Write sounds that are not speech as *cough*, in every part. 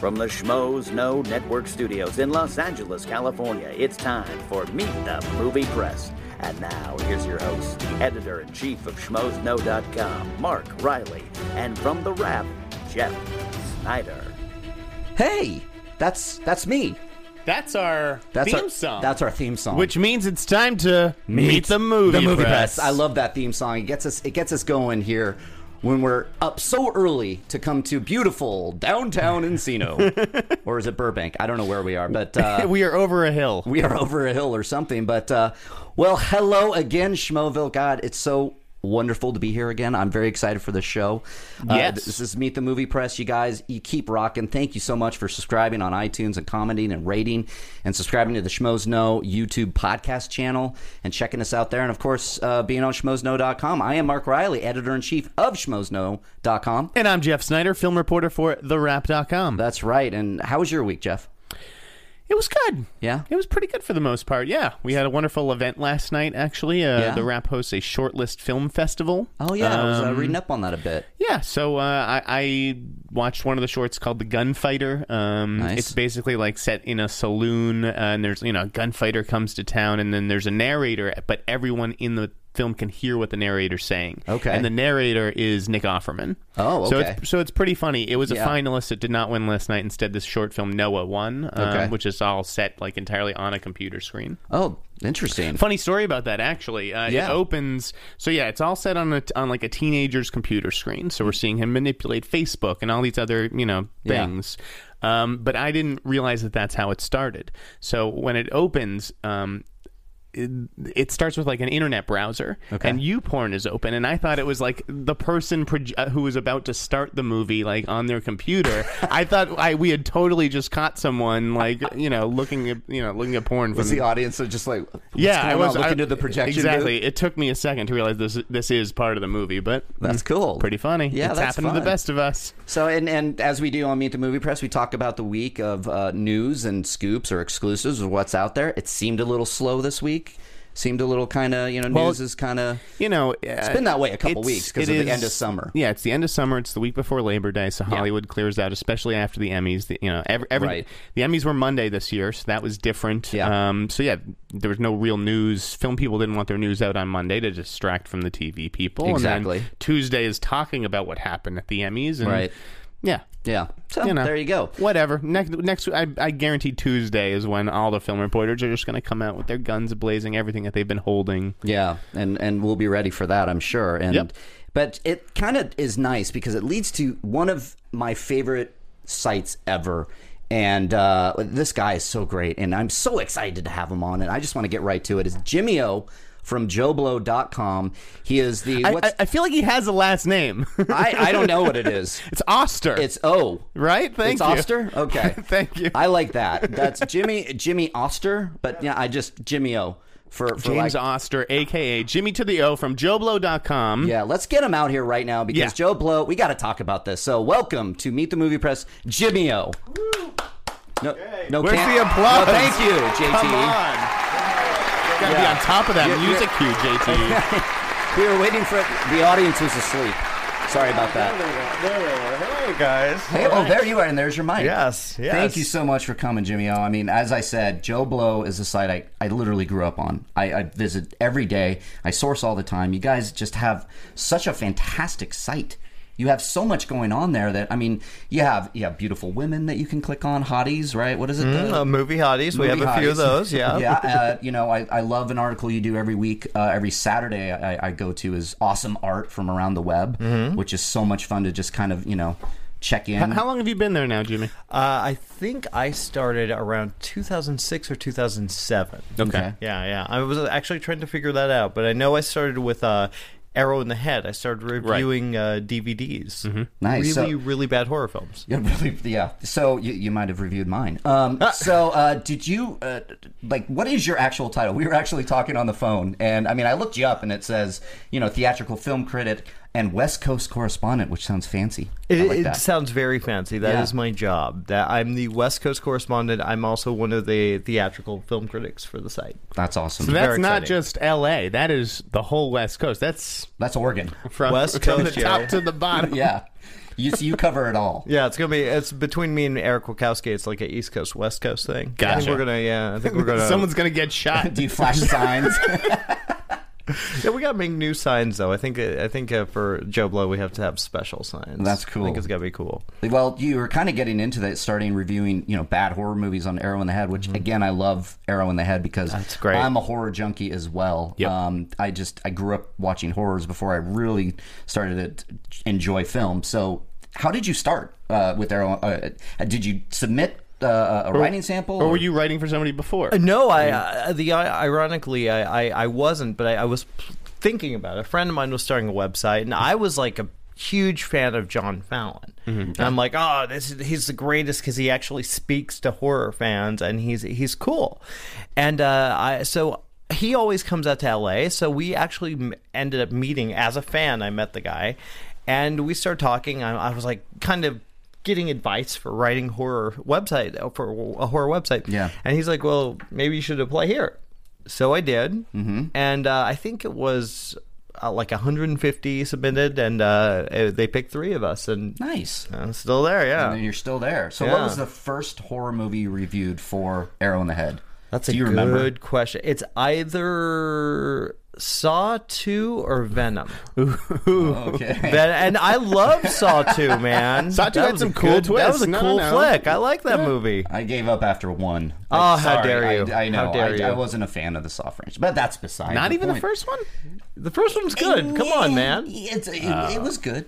From the Schmoes No Network Studios in Los Angeles, California, it's time for Meet the Movie Press. And now, here's your host, the editor in chief of SchmoesKnow.com, Mark Riley, and from The Wrap, Jeff Snyder. Hey, that's that's me. That's our That's theme our song. That's our theme song. Which means it's time to meet, the movie. press. I love that theme song. It gets us it gets us going here when we're up so early to come to beautiful downtown Encino, or is it Burbank? I don't know where we are, but uh, We are over a hill. we are *laughs* over a hill or something. But uh, well, hello again, Schmoville. God, it's so wonderful to be here again. I'm very excited for the show. Uh, Yes. this is Meet the Movie Press. You guys, you keep rocking. Thank you so much for subscribing on iTunes and commenting and rating and subscribing to the Schmoes Know YouTube podcast channel and checking us out there. And of course, uh, being on schmoesknow.com. I am Mark Riley, editor in chief of schmoesknow.com. And I'm Jeff Snyder, film reporter for TheRap.com. That's right. And how was your week, Jeff? It was good. Yeah? It was pretty good for the most part. Yeah. We had a wonderful event last night, actually. Uh, Yeah. The Rap hosts a shortlist film festival. Oh, yeah. I was uh, Um, reading up on that a bit. Yeah, so uh, I, I watched one of the shorts called "The Gunfighter." Um, Nice. It's basically like set in a saloon, uh, and there's you know a gunfighter comes to town, and then there's a narrator, but everyone in the film can hear what the narrator's saying. Okay. and the narrator is Nick Offerman. Oh, so okay. it's, so it's pretty funny. It was Yeah. a finalist that did not win last night. Instead, this short film Noah won, um, Okay. which is all set like entirely on a computer screen. Oh, interesting. Funny story about that, actually. Uh, Yeah. It opens, so yeah, it's all set on a, on like a teenager's computer screen. So we're seeing him manipulate Facebook and all these other you know Yeah. things. Um, but I didn't realize that that's how it started. So when it opens. Um, it, it starts with like an internet browser, Okay. and YouPorn is open, and I thought it was like the person proj- uh, who was about to start the movie, like on *laughs* their computer. I thought I we had totally just caught someone, like you know, looking at you know looking at porn. was from the audience so just like what's yeah, going I was on? looking I- to the projection booth? Exactly. It took me a second to realize this this is part of the movie, but Hmm. That's cool. pretty funny. Yeah, it's that's happened to the fun. best of us. So, and and as we do on Meet the Movie Press, we talk about the week of uh, news and scoops or exclusives or what's out there. It seemed a little slow this week. Seemed a little kind of you know Well, news is kind of You know, uh, it's been that way a couple weeks because of the end of summer. Yeah, it's the end of summer. It's the week before Labor Day, so Hollywood clears out, especially after the Emmys. The, you know, every, every Right. the Emmys were Monday this year, so that was different. Yeah. Um, so yeah, there was no real news. Film people didn't want their news out on Monday to distract from the TV people. And then Exactly. Tuesday is talking about what happened at the Emmys, and Right. Yeah. Yeah. So You know. Oh, there you go. Whatever. Next, next, I, I guarantee Tuesday is when all the film reporters are just going to come out with their guns blazing, everything that they've been holding. Yeah, and and we'll be ready for that, I'm sure. And Yep. but it kind of is nice because it leads to one of my favorite sites ever. And uh, this guy is so great, and I'm so excited to have him on. And I just want to get right to it. Is Jimmyo from JoeBlow.com? He is the I, what's, I, I feel like he has a last name. *laughs* I, I don't know what it is. it's Oster. It's O. right. Thank it's you. Oster. Okay, *laughs* Thank you. I like that. That's Jimmy Jimmy Oster, but yeah, I just Jimmy O for, for like, James Oster, aka Jimmy to the O from JoeBlow.com. Yeah, let's get him out here right now because Mm-hmm. Yeah. Joe Blow, we got to talk about this. So, welcome to Meet the Movie Press, Jimmy O. No, no, Where's can't- the applause? No, thank you, Come JT. on. Gotta be E. Yeah. on top of that You're- music cue, JT. *laughs* We were waiting for it. The audience was asleep. Sorry about that. There we are. Hello, guys. Hey, oh, there you are, and there's your mic. Yes, yes. Thank you so much for coming, Jimmy O. I mean, as I said, Joe Blow is a site I, I literally grew up on. I, I visit every day. I source all the time. You guys just have such a fantastic site. You have so much going on there that I mean, you have you have beautiful women that you can click on, hotties, right? What is it? the- Uh, movie hotties. we have movie a few of hotties. those. *laughs* Yeah. yeah. Uh, you know, I, I love an article you do every week, uh, every Saturday. I, I go to is awesome art from around the web, Mm-hmm. which is so much fun to just kind of you know check in. *laughs* How long have you been there now, Jimmy? Uh, I think I started around 2006 or 2007. Okay. Yeah, yeah. I was actually trying to figure that out, but I know I started with uh, Arrow in the Head. I started reviewing uh, DVDs. Nice. Really, So- really bad horror films. *laughs* Yeah, really. Yeah. So you, you might have reviewed mine. Um, Ah. so uh, did you uh, like? What is your actual title? We were actually talking on the phone, and I mean, I looked you up, and it says you know theatrical film critic and West Coast correspondent, which sounds fancy. I It, like it that. sounds very fancy. That is Yeah. my job. That I'm the West Coast correspondent. I'm also one of the theatrical film critics for the site. That's awesome. That's Very not exciting. just L.A. That is the whole West Coast. That's Yes. That's Oregon. From, West *laughs* from Coast, the yo. top to the *laughs* bottom. yeah. You so you cover it all. Yeah, it's gonna be it's between me and Eric Wachowski. It's like a East Coast West Coast thing. I think Gotcha. we're gonna yeah. I *laughs* think we're gonna. Someone's gonna get shot. Do you flash signs? *laughs* yeah, we gotta make new signs though. I think I think uh, for Joe Blow we have to have special signs. That's I think cool. it's gotta be cool. well, you were kind of getting into that, starting reviewing, you know, bad horror movies on Arrow in the Head, which again I love Arrow in the Head because Mm-hmm. That's great. I'm a horror junkie as well. Yep. Um, I just I grew up watching horrors before I really started to enjoy film. So, how did you start uh, with Arrow? Uh, did you submit uh, a writing sample? or were you writing for somebody before? *laughs* No, I uh, the ironically I, I, I wasn't, but I, I was thinking about it. A friend of mine was starting a website, and I was like a huge fan of John Fallon. And I'm like, oh, this is, he's the greatest because he actually speaks to horror fans, and he's he's cool. And uh, I so. He always comes out to LA, so we actually m- ended up meeting as a fan. I met the guy, and we started talking. I, I was like, kind of getting advice for writing horror website uh, for a horror website. Yeah. And he's like, well, maybe you should apply here. So I did. Mm-hmm. And uh, I think it was uh, like 150 submitted, and uh, eh, they picked three of us, and nice? I'm still there, and yeah. you're still there. So, what Yeah. was the first horror movie you reviewed for Arrow in the Head? That's Do a you good remember? question. It's either Saw 2 or Venom. *laughs* Okay. Ven- and I love Saw 2, *laughs* man. Saw 2 That had was some a cool good- That twists. was a No, no, cool no. flick. I like that movie. I gave up after one. Like, Oh, how sorry, dare you. I, I know. How dare I, you. I wasn't a fan of the soft French, but that's beside. Not even the point. first one. The first one's good. Come on, man. It's, it, it was good.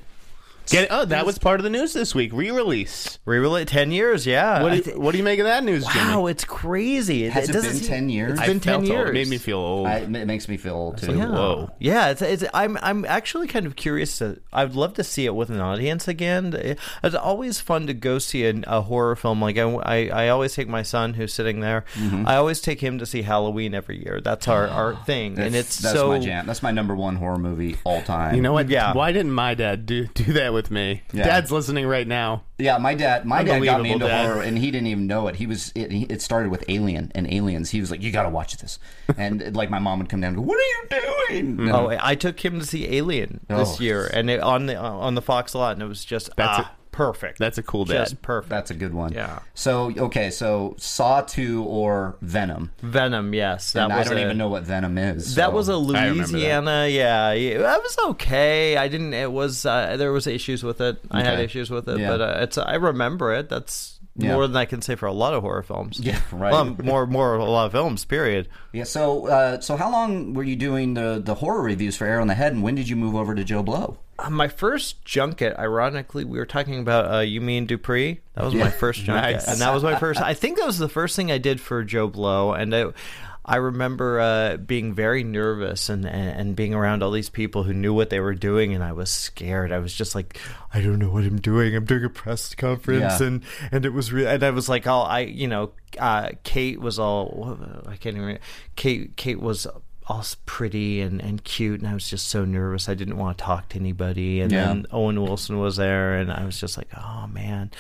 Get oh, that was part of the news this week. Re-release. Re-release 10 years, yeah. What I do thi- you, what do you make of that news, Jimmy? Wow, it's crazy. It, Has it, doesn't been seem- ten years? it's been I felt 10 old. years. It made me feel old. I- it makes me feel old too. Yeah. Whoa. Yeah, it's, it's I'm I'm actually kind of curious to I'd love to see it with an audience again. Eh, It's always fun to go see an, a horror film like I, I I always take my son who's sitting there. Mm-hmm. I always take him to see Halloween every year. That's *gasps* our our thing. That's, and it's that's so my jam. That's my number one horror movie all time. You know what? Yeah. Why didn't my dad do do that with me? Yeah. Dad's listening right now. Yeah, my dad, my dad got me Unbelievable, into Dad. horror, and he didn't even know it. He was it, it started with Alien and Aliens. He was like, "You got to watch this," and *laughs* like my mom would come down and go, "What are you doing?" And Oh, I took him to see Alien this Oh. year and it, on the uh, on the Fox lot and it was just That's ah, perfect. That's a cool dad. just perfect. That's a good one. Yeah. So okay, so Saw Two or Venom. Venom, yes. That and I was don't a- even know what Venom is. That so- was a I remember that. Louisiana, yeah, yeah. That was okay. I didn't. It was uh, there was issues with it. I had Okay. issues with it, Yeah. but uh, it's. I remember it. That's Yeah. more than I can say for a lot of horror films. Yeah, *laughs* right. Um, more, more a lot of films. Period. yeah. So uh, so how long were you doing the the horror reviews for Arrow in the Head, and when did you move over to Joe Blow? Uh, my first junket, ironically, we were talking about uh, you mean Dupree. That was my first junket, Nice. and that was my first. I think that was the first thing I did for Joe Blow, and I, I remember uh, being very nervous and, and and being around all these people who knew what they were doing, and I was scared. I was just like, I don't know what I'm doing. I'm doing a press conference, Yeah. and and it was real. And I was like, oh, I you know, uh, Kate was all what- I can't even. Kate Kate was all s- pretty and, and cute, and I was just so nervous. I didn't want to talk to anybody. And Yeah. then Owen Wilson was there, and I was just like, oh man.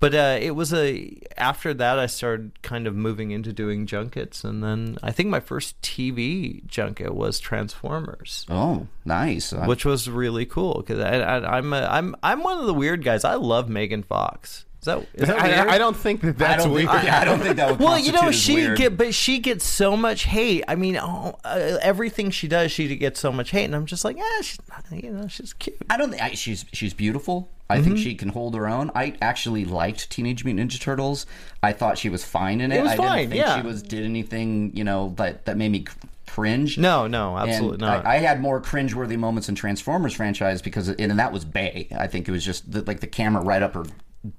But uh, it was a after that I started kind of moving into doing junkets, and then I think my first TV junket was Transformers Oh, nice. I- which was really cool because I, I, I'm a, I'm I'm one of the weird guys. I love Megan Fox. Is that, *laughs* is that I, weird? I don't think that I that's don't weird. think, yeah, I don't think that would. *laughs* Well, you know, constitute as she weird. get but she gets so much hate. I mean, oh, uh, everything she does, she gets so much hate, and I'm just like, ah, she's not, you know, she's cute. I don't. thi- I, she's she's beautiful. I think Mm-hmm. she can hold her own. I actually liked Teenage Mutant Ninja Turtles. I thought she was fine in it. It was I fine, didn't think yeah. she was did anything you know that that made me cr- cringe. No, no, And absolutely not. I, I had more cringeworthy moments in Transformers franchise because, and that was Bay. I think it was just the, like the camera right up her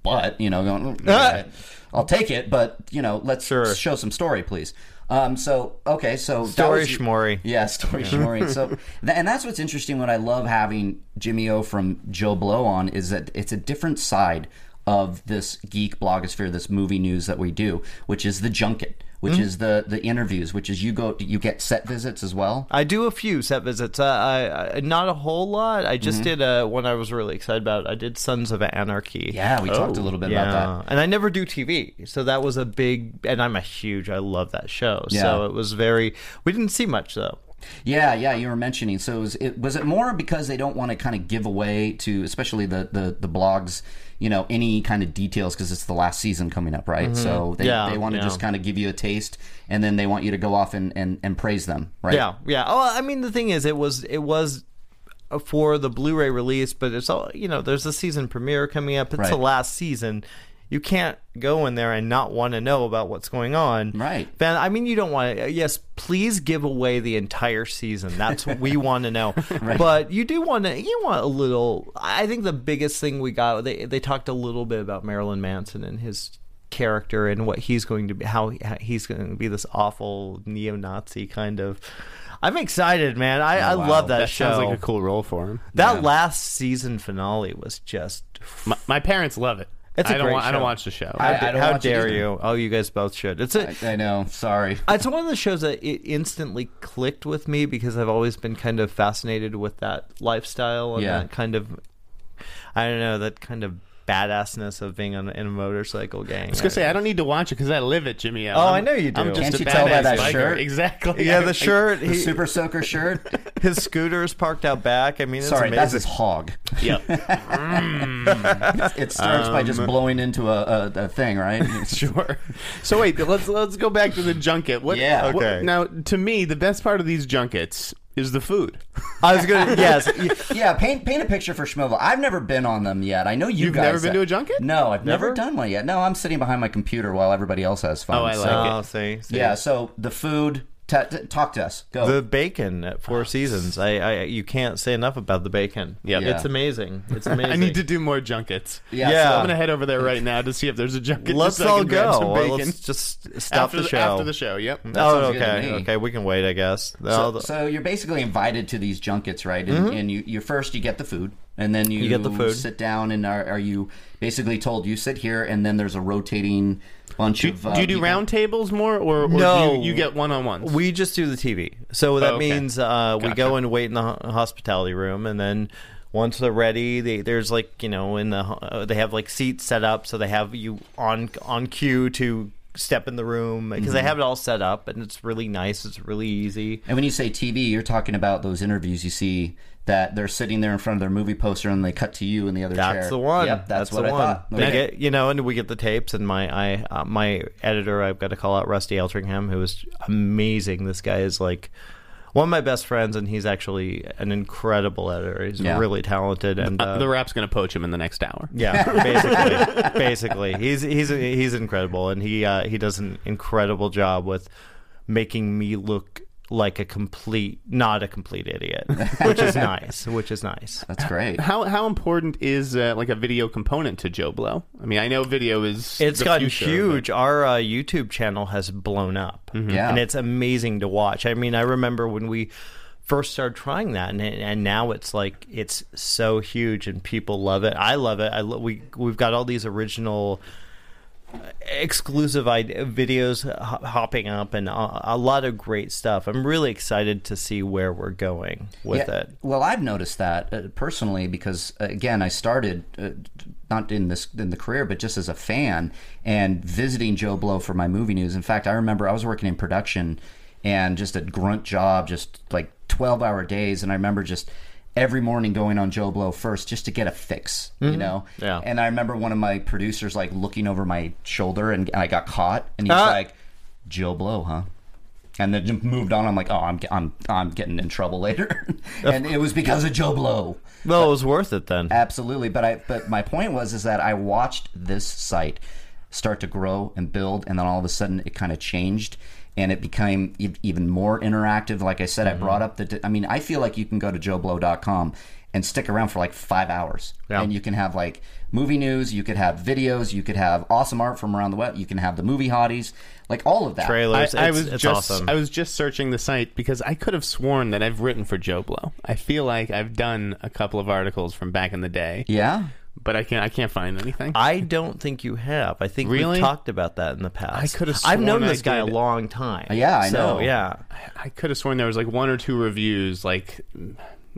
butt, you know, going, "Mm, *laughs* alright, I'll take it, but you know, let's show some story, please. Um, so okay, so that Story was- schmory. yeah, story schmory. *laughs* So, th- and that's what's interesting. What I love having Jimmy O from Joe Blow on is that it's a different side of this geek blogosphere, this movie news that we do, which is the junket, which Mm-hmm. is the the interviews, which is you go you get set visits as well. I do a few set visits. Uh, I, I not a whole lot. I Mm-hmm. just did uh, one I was really excited about. I did Sons of Anarchy. Yeah, we Oh, talked a little bit about that. And I never do TV. So that was a big, and I'm a huge, I love that show. Yeah. So it was very, we didn't see much though. Yeah, yeah, you were mentioning. So it was, it, was it more because they don't want to kind of give away to, especially the the, the blogs, you know, any kind of details because it's the last season coming up, right? So they, Mm-hmm. Yeah, they want to yeah. just kind of give you a taste, and then they want you to go off and, and, and praise them, right? Yeah, yeah. Oh, I mean, the thing is, it was it was uh, for the Blu-ray release, but it's all you know. There's a season premiere coming up. It's the Right. last season. You can't go in there and not want to know about what's going on. Right. Fan, I mean, you don't want to. Yes, please give away the entire season. That's what we want to *laughs* know. But you do want to. You want a little. I think the biggest thing we got. They they talked a little bit about Marilyn Manson and his character and what he's going to be. How how he's going to be this awful neo-Nazi kind of. I'm excited, man. I, I Oh, wow. love that, That show. sounds like a cool role for him. that last season finale was just. My, my parents love it. It's a I don't. great wa- I don't show. watch the show. I- I don't how watch it dare either. you? Oh, you guys both should. It's a. I know. Sorry. It's one of the shows that it instantly clicked with me because I've always been kind of fascinated with that lifestyle and Yeah. that kind of, I don't know, that kind of badassness of being on, in a motorcycle gang. I was gonna say I don't need to watch it because I live it, Jimmy. Oh, I'm- I know you do. I'm just Can't a you tell by badass that biker. shirt? Exactly. *laughs* yeah, I- the I- shirt, The he, super soaker *laughs* shirt. his scooter is parked out back. I mean, it's Sorry, that's *laughs* amazing. his hog. Yep. It starts by Um, just blowing into a, a, a thing, right? *laughs* sure. So wait, let's let's go back to the junket. What, Yeah. what- Okay. now, to me, the best part of these junkets is the food. I was gonna *laughs* yes, y- yeah, paint paint a picture for Schmoville. I've never been on them yet. I know you You've guys. never been to a junket? No, I've never? Never? done one yet. No, I'm sitting behind my computer while everybody else has fun. Oh, I so- like it. Oh, see, see. Yeah, so the food. ta t- talk to us. Go. The bacon at Four Seasons. I, I you can't say enough about the bacon. Yep. it's amazing. It's amazing. *laughs* I need to do more junkets. yeah. yeah. so- I'm gonna head over there right now to see if there's a junket. Let's just so I all can grab go. some Well, bacon. Let's just stop after the, show. After the show. Yep. oh, sounds good to okay, me. okay. We can wait, I guess. All so, the- Mm-hmm. so you're basically invited to these junkets, right? And, and you, you first you get the food, and then you, get the food. sit down, and are, are you basically told you sit here, and then there's a rotating bunch of. Uh, Do you do people- round tables more, or, or No. do you, you get one on ones? we just do the TV. So that Oh, okay. means uh, we Gotcha. go and wait in the ho- hospitality room, and then once they're ready, they, there's like you know in the ho- uh, they have like seats set up, so they have you on on cue to step in the room because Mm-hmm. they have it all set up, and it's really nice. It's really easy. And when you say TV, you're talking about those interviews you see that they're sitting there in front of their movie poster, and they cut to you in the other chair. That's the one. Yep, that's, what the I one. thought. They Okay. get you know, and we get the tapes. And my I uh, my editor, I've got to call out Rusty Eltringham, who is amazing. This guy is like one of my best friends, and he's actually an incredible editor. He's Yeah. really talented, and uh, the rap's gonna poach him in the next hour. yeah, basically, *laughs* basically, he's he's he's incredible, and he uh, he does an incredible job with making me look like a complete, not a complete idiot, which *laughs* is nice, which is nice. That's great. How how important is uh, like a video component to Joe Blow? I mean, I know video is It's the gotten future, huge. Our uh, YouTube channel has blown up, Mm-hmm. Yeah. and it's amazing to watch. I mean, I remember when we first started trying that, and and now it's like it's so huge, and people love it. I love it. I lo- we we've got all these original. uh, Exclusive ide- videos ho- hopping up and a, a lot of great stuff. I'm really excited to see where we're going *laughs* with Yeah, it. Well, I've noticed that uh, personally because uh, again, I started uh, not in this in the career, but just as a fan and visiting Joe Blow for my movie news. In fact, I remember I was working in production and just a grunt job, just like twelve hour days, and I remember just. Every morning, going on Joe Blow first just to get a fix, you know. Mm-hmm. Yeah. And I remember one of my producers like looking over my shoulder, and, and I got caught, and he's Ah. like, "Joe Blow, huh?" and then just moved on. I'm like, oh, I'm I'm I'm getting in trouble later, *laughs* and it was because of Joe Blow. Well, it was worth it then. Uh, Absolutely, but I but my point was is that I watched this site start to grow and build, and then all of a sudden it kind of changed, and it became e- even more interactive. Like I said, Mm-hmm. I brought up the. I mean, I feel like you can go to JoeBlow.com and stick around for like five hours, Yeah. and you can have like movie news, you could have videos, you could have awesome art from around the web, you can have the movie hotties, like all of that. I, Trailers. I it's, was it's just awesome. I was just searching the site because I could have sworn that I've written for Joe Blow. I feel like I've done a couple of articles from back in the day, Yeah. but I can't I can't find anything. I don't think you have. I think Really? we've talked about that in the past. I could've I've known sworn I this guy a did. long time. Yeah, I So, know. Yeah, I could have sworn there was like one or two reviews, like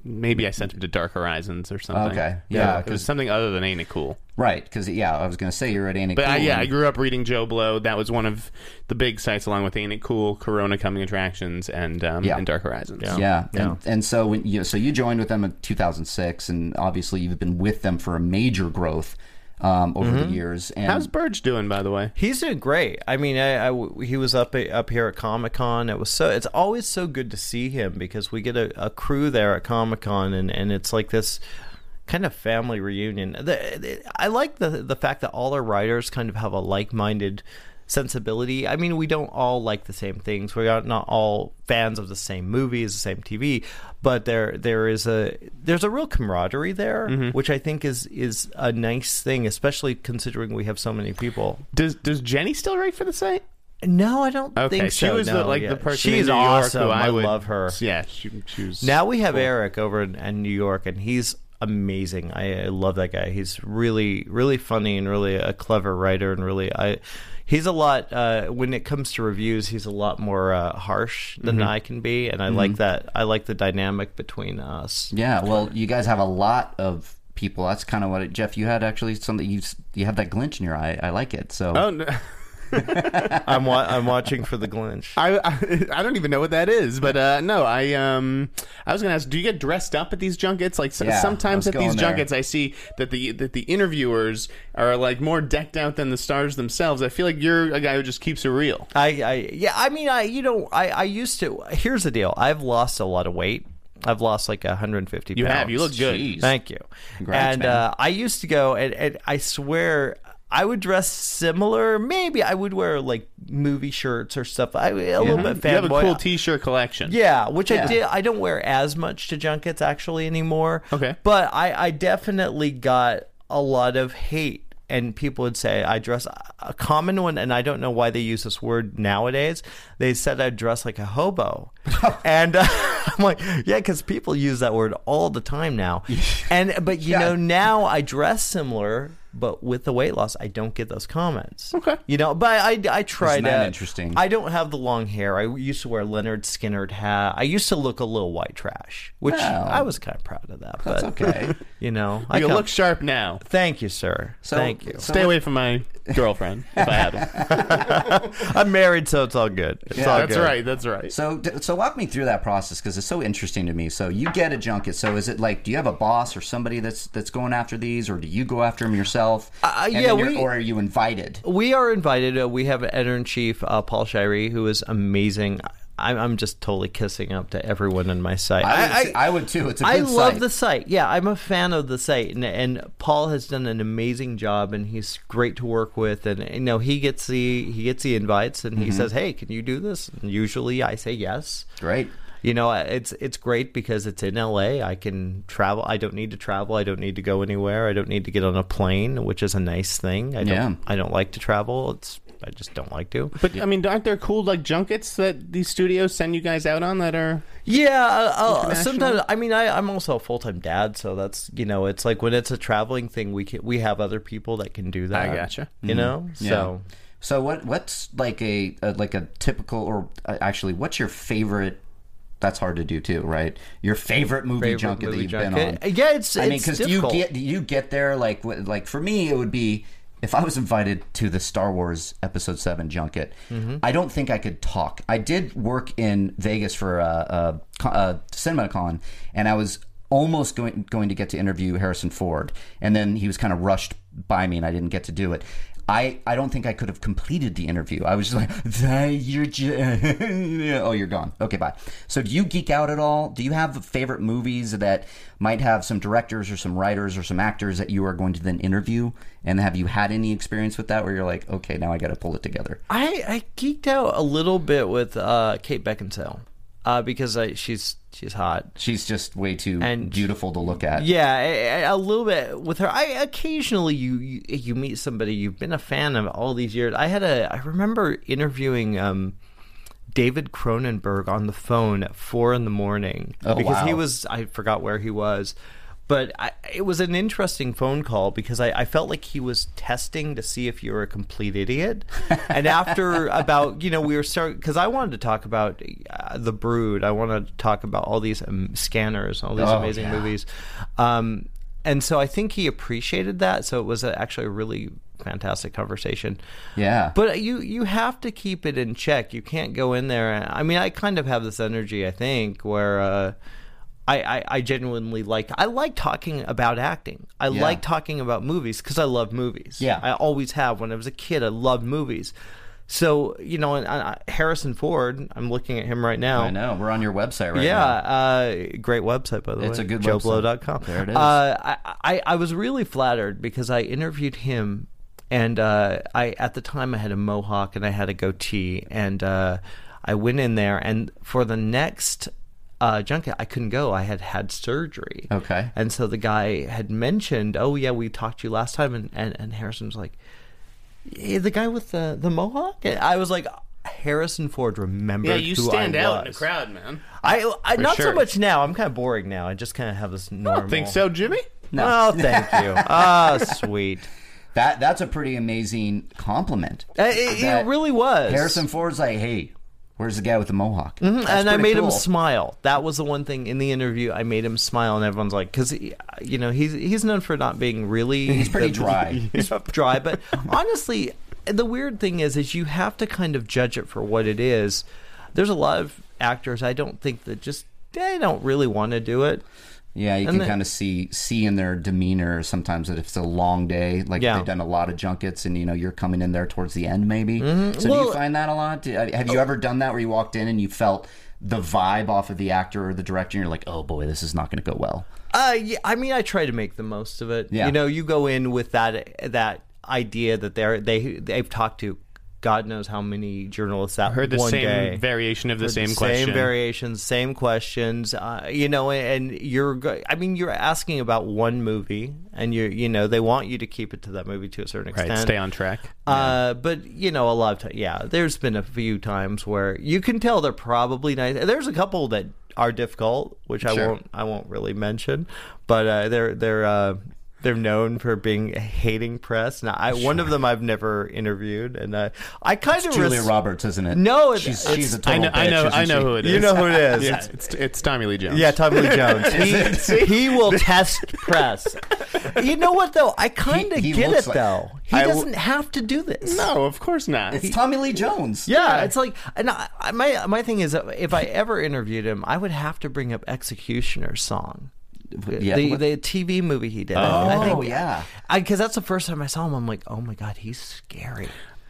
maybe I sent him to Dark Horizons or something. Okay. Yeah, it was 'cause- something other than Ain't It Cool. Right, because yeah, I was gonna say you're at Anna. But I, Cool, yeah, I and- grew up reading Joe Blow. That was one of the big sites, along with Ain't It Cool, Corona Coming Attractions, and um, Yeah. and Dark Horizons. yeah, and, and so when you so you joined with them in 2006, and obviously you've been with them for a major growth um, over Mm-hmm. the years. And How's Burge doing, by the way? He's doing great. I mean, I, I- he was up up here at Comic Con. It was so. It's always so good to see him because we get a, a crew there at Comic Con, and and it's like this kind of family reunion. The- I like the the fact that all our writers kind of have a like minded sensibility. I mean, we don't all like the same things. We're not- not all fans of the same movies, the same TV, but there there is a there's a real camaraderie there, which I think is is a nice thing, especially considering we have so many people. Does Does Jenny still write for the site? No, I don't Okay, think she so. was the, no, like yeah. the person. in She's New York awesome. Who I, I, would, love her. Yeah, she, she was. Now we have Eric over in, in New York, and he's amazing. I, I love that guy. He's really, really funny and really a clever writer, and really, I. He's a lot uh, when it comes to reviews. He's a lot more uh, harsh than I can be, and I like that. I like the dynamic between us. yeah, well, you guys have a lot of people. That's kind of what it, Jeff. You had actually something you s- you have that glint in your eye. I like it. So *laughs* Oh no. I'm wa- I'm watching for the *laughs* Glinch. *laughs* I, *laughs* I I don't even know what that is, but uh, no, I um I was gonna ask, do you get dressed up at these junkets? Like so, Yeah, I was sometimes at these going there. junkets, I see that the that the interviewers are like more decked out than the stars themselves. I feel like you're a guy who just keeps it real. I, I yeah, I mean, I you know, I I used to. Here's the deal: I've lost a lot of weight. I've lost like 150. You pounds. have, you look good. Jeez. Thank you. Congrats, and man. Uh, I used to go, and, and I swear, I would dress similar. Maybe I would wear like movie shirts or stuff. I a little bit fanboy. Mm-hmm. You have a cool T-shirt collection. Yeah, which Yeah. I did. I don't wear as much to junkets actually anymore. Okay. but I, I definitely got a lot of hate. And people would say I dress a common one, and I don't know why they use this word nowadays. They said I dress like *laughs* a hobo, and uh, *laughs* I'm like, yeah, because people use that word all the *laughs* time now. And but you know now I dress similar, but with the weight loss, I don't get those comments. Okay. you know, but I I try Isn't that to- interesting? I don't have the long hair. I used to wear Leonard Skinner hat. I used to look a little white trash, which Well, I was kind of proud of that. But that's okay. *laughs* you know, I you come- look sharp now. *laughs* Thank you, sir. *laughs* Thank you. so- Stay away from my girlfriend if I *laughs* have one. I'm married, so it's all good. It's all That's good. right. That's right. So, d- so walk me through that process because it's so interesting to me. So, you get a junket. So, is it like, do you have a boss or somebody that's that's going after these, or do you go after them yourself? Uh, And yeah, then you're- we- or are you invited? We are invited. Uh, we have editor in chief uh, Paul Shirey, who is amazing. I'm, I'm just totally kissing up to everyone in my site. I would, I, would too. It's a good I love site. the site. Yeah, I'm a fan of the site, and, and Paul has done an amazing job, and he's great to work with. And you know, he gets the he gets the invites, and Mm-hmm. he says, "Hey, can you do this?" And usually, I say yes. Great. You know, it's it's great because it's in LA. I can travel. I don't need to travel. I don't need to go anywhere. I don't need to get on a plane, which is a nice thing. I don't, Yeah. I don't like to travel. It's I just don't like to. But I mean, aren't there cool like junkets that these studios send you guys out on that are? Yeah, uh, uh, International? sometimes I mean I, I'm also a full time dad, so that's you know it's like when it's a traveling thing, we can, we have other people that can do that. I gotcha. You know, so So, what what's like a, a like a typical, or uh, actually, what's your favorite? That's hard to do too, right? Your favorite movie favorite junket movie that you've been junket. on. Yeah, it's I mean, it's because you difficult. get you get there like wh- like for me, it would be if I was invited to the Star Wars Episode Seven junket. Mm-hmm. I don't think I could talk. I did work in Vegas for a, a, co- a CinemaCon, and I was almost going going to get to interview Harrison Ford, and then he was kind of rushed by me, and I didn't get to do it. I, I don't think I could have completed the interview. I was just like, *laughs* "Tha- you're *laughs* j- oh, you're gone. Okay, bye. So, do you geek out at all? Do you have favorite movies that might have some directors or some writers or some actors that you are going to then interview? And have you had any experience with that where you're like, okay, now I got to pull it together? I I geeked out a little bit with uh, Kate Beckinsale uh, because I, she's she's hot. She's just way too And- beautiful to look at. Yeah, a- a a little bit with her. I occasionally you, you you meet somebody you've been a fan of all these years. I had a I remember interviewing um, David Cronenberg on the phone at four in the morning Oh, because he wow. was I forgot where he was. But I, it was an interesting phone call because I, I felt like he was testing to see if you were a *laughs* complete idiot. And after about, you know, we were starting, because I wanted to talk about uh, The Brood. I wanted to talk about all these um, scanners, all these Oh, amazing yeah. movies. Um, and so I think he appreciated that. So it was a, actually a really fantastic conversation. Yeah. But you you have to keep it in check. You can't go in there. And, I mean, I kind of have this energy. I think where. Uh, I, I, I genuinely like I like talking about acting. I Yeah. like talking about movies because I love movies. Yeah. I always have. When I was a kid, I loved movies. So you know, and, I I- Harrison Ford. I'm looking at him right now. I know. We're on your website right Yeah, now. uh, great website by the way. It's a good joeblow.com. website. There it is. Uh, I, I I was really flattered because I interviewed him, and uh, I at the time I had a mohawk and I had a goatee, and uh, I went in there, and for the next uh, junket I couldn't go. I had had surgery. Okay. and so the guy had mentioned, "Oh yeah, we talked to you last time," and and, and Harrison was like. "Eh, The guy with the, the mohawk. And I was like, Harrison Ford remembered. Yeah, you who stand I out in the was." crowd, man. I, I not sure. so much now. I'm kind of boring now. I just kind of have this normal. I think so, Jimmy. No. Oh, thank *laughs* you. Ah, sweet. That that's a pretty amazing compliment. Uh, It, it That really was. Harrison Ford's like, hey, where's the guy with the mohawk? That's Mm-hmm, and I pretty made him cool. smile. That was the one thing in the interview. I made him smile, and everyone's like, because you know he's he's known for not being really. He's pretty dry. *laughs* He's dry, but honestly, the weird thing is, is you have to kind of judge it for what it is. There's a lot of actors I don't think that just they don't really want to do it. Yeah, you And can the- kind of see see in their demeanor sometimes that if it's a long day, like Yeah. they've done a lot of junkets, and you know you're coming in there towards the end, maybe. So do Mm-hmm. Well- Oh. you find that a lot? Do- uh, Have you ever done that where you walked in and you felt the vibe off of the actor or the director, and you're like, oh boy, this is not going to go well. Uh, yeah, I mean, I try to make the most of it. Yeah. You know, you go in with that that idea that they're they they've talked to, God knows how many journalists that Heard the one same day. variation of the Heard same question. Same variations, same questions. Uh, you know, and, and you're. go- I mean, you're asking about one movie, and you are you know they want you to keep it to that movie to a certain Right, extent. stay on track. Uh, but you know, a lot of times, yeah. There's been a few times where you can tell they're probably nice. There's a couple that are difficult, which I Sure. won't, I won't really mention. But uh, they're they're uh, they're known for being hating press. Now, I, one of them I've never interviewed, and I I kind of Julia res- Roberts, isn't it? No, it's- she's it's- she's a I total know, I know, bitch, I isn't know she? who it is. You know who it is. Yeah, it's, it's Tommy Lee Jones. Yeah, Tommy *laughs* Lee Jones. he, he will test press. You know what though? I kind of He- he get it looks like- though. He I will- doesn't have to do this. No, of course not. It's Tommy Lee Jones. Yeah, it's like, and I, I- my my thing is, uh, if I ever interviewed him, I would have to bring up Executioner's song, yeah, the what- the TV movie he did. Oh, I think, yeah. because that's the first time I saw him. I'm like, oh my god, he's scary.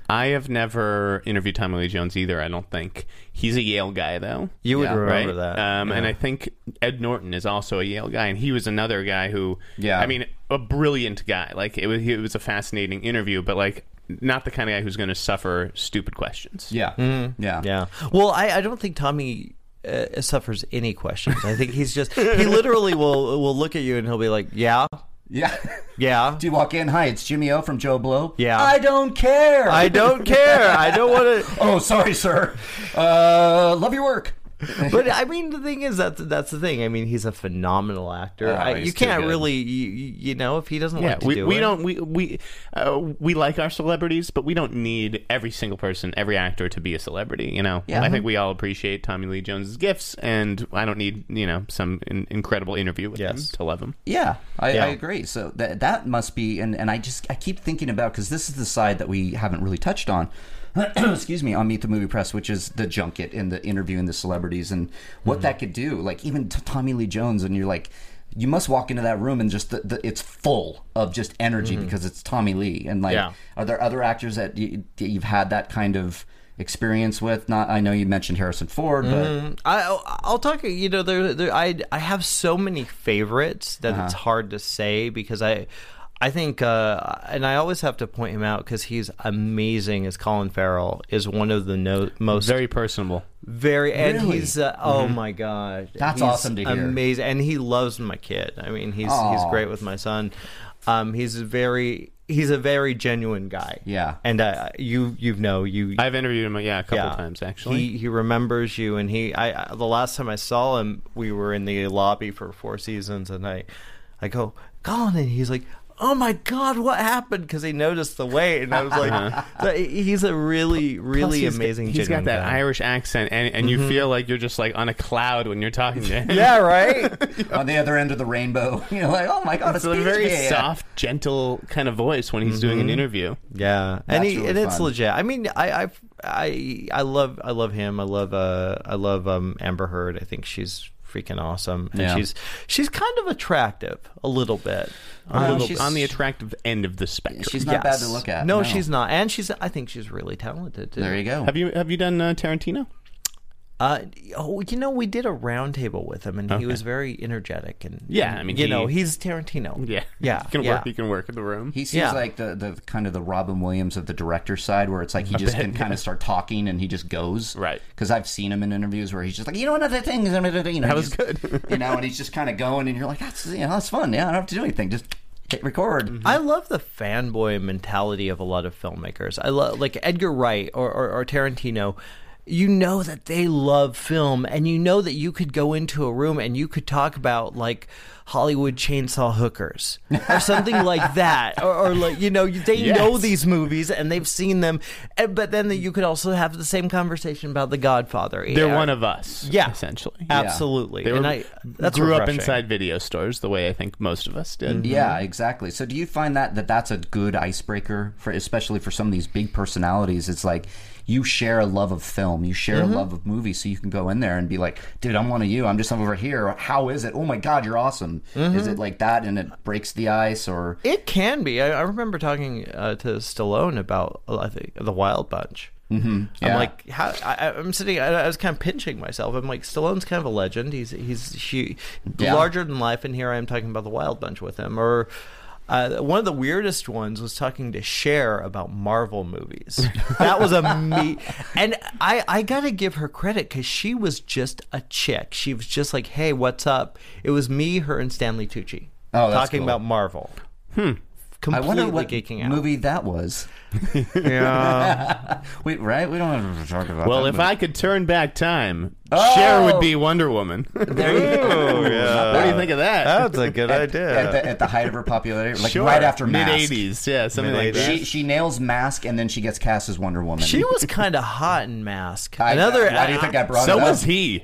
I have never interviewed Tommy Lee Jones either. I don't think he's a Yale guy though. You would Yeah, remember right? that. Um, And I think Ed Norton is also a Yale guy, and he was another guy who, Yeah. I mean, a brilliant guy. Like it was, it was a fascinating interview, but like not the kind of guy who's going to suffer stupid questions. Yeah. yeah, Mm-hmm. yeah. Well, I, I don't think Tommy. Uh, suffers any questions. I think he's just he literally will will look at you and he'll be like, "Yeah, *laughs* yeah. yeah, Do you walk in? Hi, it's Jimmy O from Joe Blow. Yeah. I don't care. I don't care. I don't want to." Oh, sorry, sir. Uh, love your work. but I mean, the thing is that that's the thing. I mean, he's a phenomenal actor. Oh, I, he's you too can't good. really, you, you know, if he doesn't Yeah, like to we, do we it. don't we we uh, we like our celebrities, but we don't need every single person, every actor to be a celebrity. You know, Yeah. I Mm-hmm. think we all appreciate Tommy Lee Jones's gifts, and I don't need you know some in- incredible interview with Yes. him to love him. Yeah, I, Yeah. I agree. So that that must be, and and I just I keep thinking about because this is the side that we haven't really touched on. *clears throat* excuse me, on Meet the Movie Press, which is the junket and the interviewing the celebrities and what Mm-hmm. that could do. Like even to Tommy Lee Jones, and you're like. You must walk into that room and just the, the, it's full of just energy Mm-hmm. because it's Tommy Lee and like Yeah. Are there other actors that, you, that you've had that kind of experience with? Not I know you mentioned Harrison Ford, Mm-hmm. *laughs* but I, I'll talk. You know, there, there, I, I have so many favorites that Uh-huh. it's hard to say because I, I think, uh, and I always have to point him out because he's amazing. As Colin Farrell is one of the no, most Very personable. Very, and Really? Mm-hmm. he's uh, oh my god, That's He's awesome to hear. Amazing, and he loves my kid. I mean, he's he's Aw. great with my son. Um, he's a very he's a very genuine guy. Yeah. and uh, you you know you I've interviewed him, yeah, a couple yeah. times actually. He he remembers you, and he I, I the last time I saw him, we were in the lobby for Four Seasons, and I. I go, Colin, and he's like, oh my god, what happened? Because he noticed the weight, and I was Uh-huh. like, so he- he's a really, Plus, really he's- amazing. He's got genuine that guy. Mm-hmm. Irish accent, and, and you feel like you're just like on a cloud when you're talking to *laughs* him. *laughs* Yeah, *laughs* right. on the other end of the rainbow. *laughs* You're like, oh my god, It's it's a very soft, gentle kind of voice when he's doing an Mm-hmm. interview. Yeah, and he, really and it's fun. legit. I mean, I, I I I love I love him. I love uh I love um Amber Heard. I think she's freaking awesome, and Yeah. she's she's kind of attractive a little bit. On, Um, the- she's- on the attractive end of the spectrum. She's not yes. bad to look at. No, she's not, and she's I think she's really talented. Too. There you go. have you have you done uh, Tarantino? Uh, oh, you know, we did a roundtable with him, and he was very energetic. And Yeah, and, I mean, you he- know, he's Tarantino. yeah, He can yeah. work. He can work in the room. He seems Yeah. like the, the kind of the Robin Williams of the director's side, where it's like he just can kind of start talking and he just goes. Right. Because I've seen him in interviews where he's just like, you know, another thing, you know, that was good. *laughs* you know, and he's just kind of going, and you're like, that's you know, that's fun. Yeah, I don't have to do anything. Just hit record. I love the fanboy mentality of a lot of filmmakers. I love like Edgar Wright or, or, or Tarantino. You know that they love film, and you know that you could go into a room and you could talk about like Hollywood chainsaw hookers *laughs* or something like that, or, or like you know they Yes. know these movies and they've seen them, and, but then you could also have the same conversation about The Godfather. They're Yeah. one of us. Yeah. essentially. absolutely, They were, and I that's grew up refreshing. Mm-hmm. inside video stores the way I think most of us did. Yeah, exactly. So do you find that that that's a good icebreaker for especially for some of these big personalities? It's like you share a love of film, you share Mm-hmm. a love of movies, so you can go in there and be like, "Dude, I'm one of you. I'm just over here. How is it? Oh my god, you're awesome." Is Mm-hmm. it like that and it breaks the ice or It can be. I, I remember talking uh, to Stallone about uh, I think the Wild Bunch. Mm-hmm. I'm Yeah. like, how? I, I- I'm sitting. I, I was kind of pinching myself. I'm like, Stallone's kind of a legend. He's he's hu Yeah. larger than life, and here I am talking about the Wild Bunch with him. Or uh, one of the weirdest ones was talking to Cher about *laughs* Marvel movies. that was a me, and I I gotta give her credit because she was just a chick. She was just like, hey, what's up? It was me, her, and Stanley Tucci Oh, that's talking cool. about Marvel. I Completely wonder what geeking out. movie that was. *laughs* Wait, right? We don't have to talk about Well, that if movie. I could turn back time, Oh! Cher would be Wonder Woman. There you go. *laughs* what do you think of that? That's a *laughs* good at, idea. the, at the height of her popularity, like Sure. right after mid Mask. '80s, yeah, something like that. She she nails Mask and then she gets cast as Wonder Woman. She was kind of hot in Mask. I- Another. uh, why do you think I brought so it up? was he.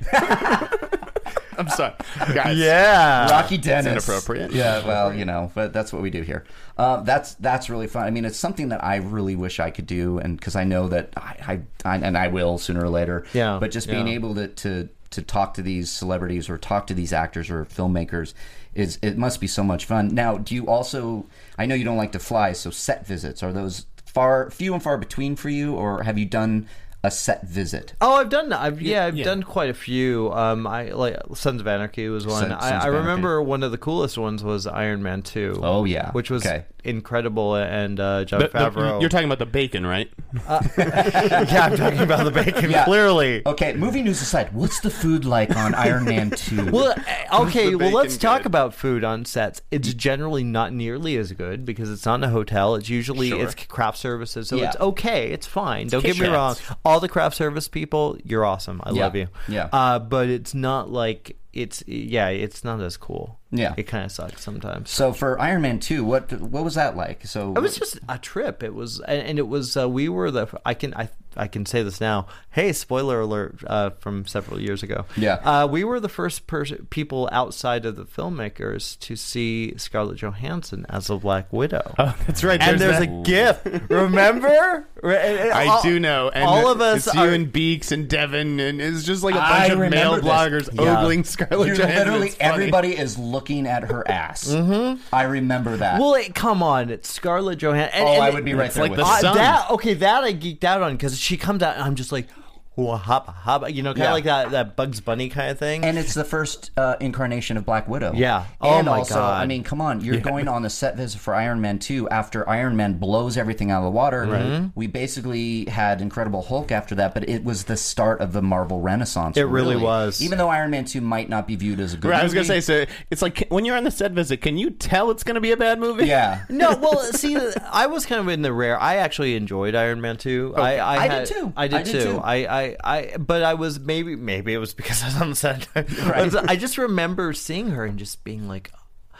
I'm sorry, guys. yeah. Rocky Dennis. inappropriate. Yeah, well, you know, but that's what we do here. Uh, that's that's really fun. I mean, it's something that I really wish I could do, and because I know that I, I, I and I will sooner or later. Yeah, But just being yeah. able to, to to talk to these celebrities or talk to these actors or filmmakers is it must be so much fun. Now, do you also? I know you don't like to fly, so set visits are those far few and far between for you, or have you done a set visit? Oh, I've done. I've yeah, I've yeah. done quite a few. Um, I like Sons of Anarchy was one. Sons- Sons I, I of remember one of the coolest ones was Iron Man Two. Oh, yeah. which was Okay. incredible. And uh, John The- the- Favreau. you're talking about the bacon, right? *laughs* yeah, I'm talking *laughs* about the bacon. Yeah. Clearly. Okay, movie news aside, what's the food like on Iron Man Two? *laughs* *laughs* Well, uh, okay. Well, let's bacon talk good? about food on sets. It's Mm. generally not nearly as good because it's not in a hotel. It's usually Sure. it's craft services, so Yeah. it's okay. It's fine. Don't get me Kitchens. wrong. All the craft service people, you're awesome. I love you. Yeah. Uh, but it's not like it's yeah. It's not as cool. Yeah. It kind of sucks sometimes. So for Iron Man two, what what was that like? So It was just a trip. It was, and, and it was. Uh, we were the. I can. I. I can say this now. Hey, spoiler alert uh, from several years ago. Yeah. uh, we were the first pers- people outside of the filmmakers to see Scarlett Johansson as a Black Widow. That's right. and there's, that- a gift. *laughs* Remember? I uh, do know. And all of us It's are. you and Beeks and Devin, and it's just like a bunch I of male remember this. bloggers Yeah. ogling Scarlett You're Johansson. literally It's funny. everybody is looking at her ass. mm-hmm. I remember that. well, it, come on, it's Scarlett Johansson. And- oh, and I it- would be right there like with the you. I, sun. that okay, that I geeked out on because she comes out and I'm just like, "Wah, hop, hop, you know, kind of Yeah. like that, that Bugs Bunny kind of thing. And it's the first uh, incarnation of Black Widow. Yeah. Oh And my also, God. I mean, come on, you're going on the set visit for Iron Man 2 after Iron Man blows everything out of the water. We basically had Incredible Hulk after that, but it was the start of the Marvel Renaissance. It really was. Even though Iron Man 2 might not be viewed as a good Right, I was gonna movie. say, so it's like when you're on the set visit, can you tell it's gonna be a bad movie? Yeah. *laughs* no, well, see, I was kind of in the rare. I actually enjoyed Iron Man two. I, I, I did had- too. I did, I did too. too. I, I, I, but I was maybe, *laughs* maybe it was because I was on the set. I was- I just remember seeing her and just being like,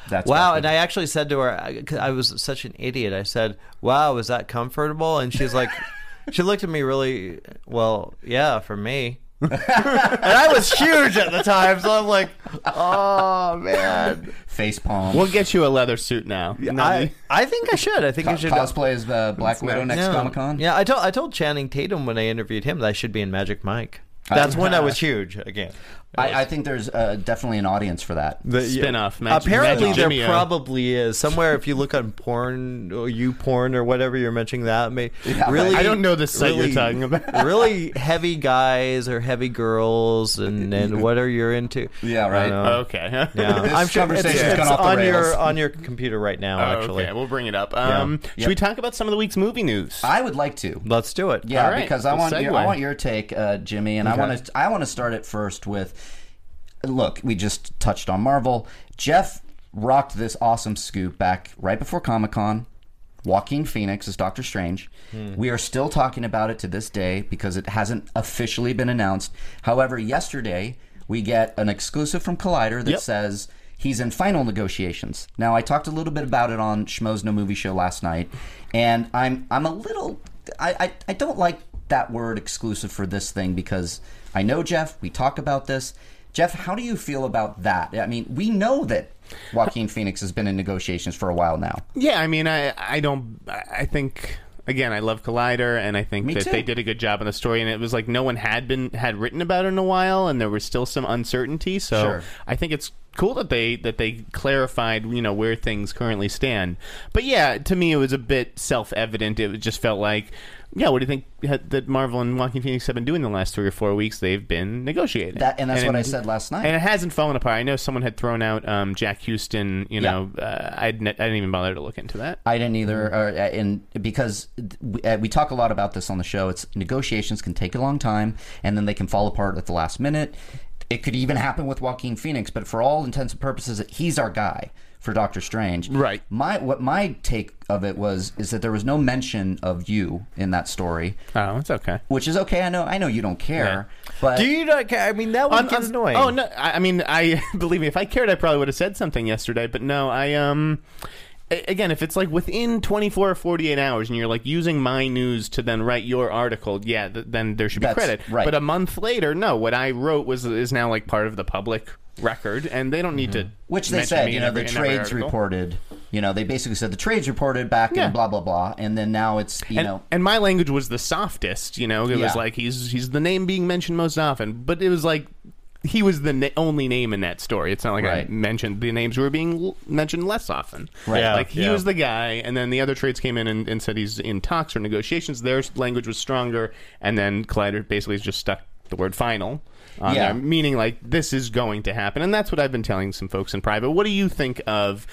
That's wow. what- And I actually said to her, I 'cause I was such an idiot. I said, wow, was that comfortable? And she's *laughs* like, she looked at me really, well, yeah, for me. *laughs* and I was huge at the time. So I'm like, *laughs* oh, man. face palm. *laughs* We'll get you a leather suit now. I, I think I should. I think I Co- should. cosplay as uh, Black Widow next yeah. Comic Con. Yeah, I told I told Channing Tatum when I interviewed him that I should be in Magic Mike. That's *laughs* when I was huge again. I, I think there's uh, definitely an audience for that. The, Spin-off, Magic- Apparently, Magic there Jimmy-o. probably is somewhere. If you look on porn, or you porn, or whatever you're mentioning *laughs* that, may, really, I don't know the site you're talking about. *laughs* really heavy guys or heavy *laughs* girls, and and what are you into? Yeah, I right. don't know. okay. *laughs* Yeah, This I'm sure it's, conversation's it's gone off the on rails. your on your computer right now. Oh, actually, okay, we'll bring it up. Um, Should we talk about some of the week's movie news? I would like to. let's do it. Yeah, All right, because I good want your, segue. I want your take, uh, Jimmy, and I want to I want to start it first with. Look, we just touched on Marvel. Jeff rocked this awesome scoop back right before Comic Con. Joaquin Phoenix is Doctor Strange. We are still talking about it to this day because it hasn't officially been announced. However, yesterday we get an exclusive from Collider that Yep. says he's in final negotiations. Now, I talked a little bit about it on Schmo's No Movie Show last night, and I'm I'm a little I I, I don't like that word exclusive for this thing because I know Jeff. We talk about this. Jeff, how do you feel about that? I mean, we know that *laughs* Joaquin Phoenix has been in negotiations for a while now. Yeah, I mean, I I don't. I think again, I love Collider, and I think Me that too. they did a good job on the story. And it was like no one had been had written about it in a while, and there was still some uncertainty. So Sure. I think it's cool that they that they clarified you know where things currently stand. But yeah, to me, it was a bit self evident. It just felt like. Yeah, what do you think ha- that Marvel and Joaquin Phoenix have been doing the last three or four weeks? They've been negotiating, That- and that's what I said last night. *laughs* And it hasn't fallen apart. I know someone had thrown out um, Jack Houston. You Yeah. know, uh, I'd ne- I didn't even bother to look into that. I didn't either, or, uh, Mm-hmm. and because we, uh, we talk a lot about this on the show, it's negotiations can take a long time, and then they can fall apart at the last minute. It could even happen with Joaquin Phoenix, but for all intents and purposes, he's our guy for Doctor Strange. Right. My what my take of it was is that there was no mention of you in that story, Oh, it's okay. which is okay. I know I know you don't care, but Do you not care? I mean, that one gets annoying. Oh no! I, I mean, I *laughs* believe me. If I cared, I probably would have said something yesterday. But no, I um. a- Again, if it's like within 24 or 48 hours, and you're like using my news to then write your article, yeah, th- then there should be That's credit. right. But a month later, no, what I wrote was is now like part of the public record, and they don't need to. Mm-hmm. Which they mention said, me you in know, every- the in every trades article. reported. You know, they basically said the trades reported back Yeah. and blah blah blah, and then now it's you and, know and my language was the softest. You know, it Yeah. was like he's he's the name being mentioned most often, but it was like he was the na- only name in that story. It's not like I Right. mentioned the names were being l- mentioned less often. Right. Yeah, like he yeah. was the guy, and then the other trades came in and, and said he's in talks or negotiations. Their language was stronger, and then Collider basically just stuck the word final. On Yeah. there, meaning like this is going to happen, and that's what I've been telling some folks in private. What do you think of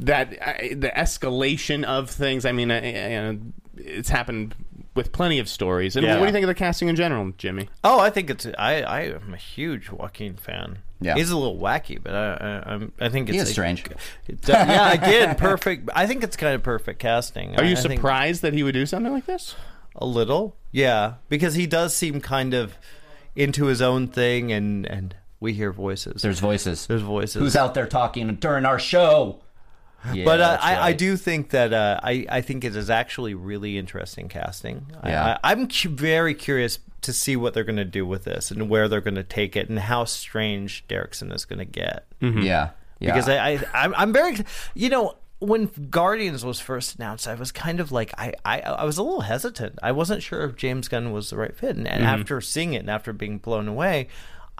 that? I, the escalation of things. I mean, I, I, you know, it's happened with plenty of stories. And Yeah. what do you think of the casting in general, Jimmy? Oh, I think it's I. I am a huge Joaquin fan. Yeah. he's a little wacky, but I I, I'm, I think it's is strange. It's, uh, yeah, *laughs* I did perfect. I think it's kind of perfect casting. Are I- you I think surprised that he would do something like this? A little, yeah, because he does seem kind of into his own thing, and and we hear voices. there's voices. There's voices. Who's out there talking during our show? Yeah, but uh, that's I, I right. do think that uh, I, I think it is actually really interesting casting. I- Yeah. I, I'm cu- very curious to see what they're going to do with this and where they're going to take it and how strange Derrickson is going to get. Mm-hmm. Yeah, yeah. Because I, I I'm, I'm very, you know, when Guardians was first announced, I was kind of like I, I I was a little hesitant. I wasn't sure if James Gunn was the right fit, and, and after seeing it and after being blown away.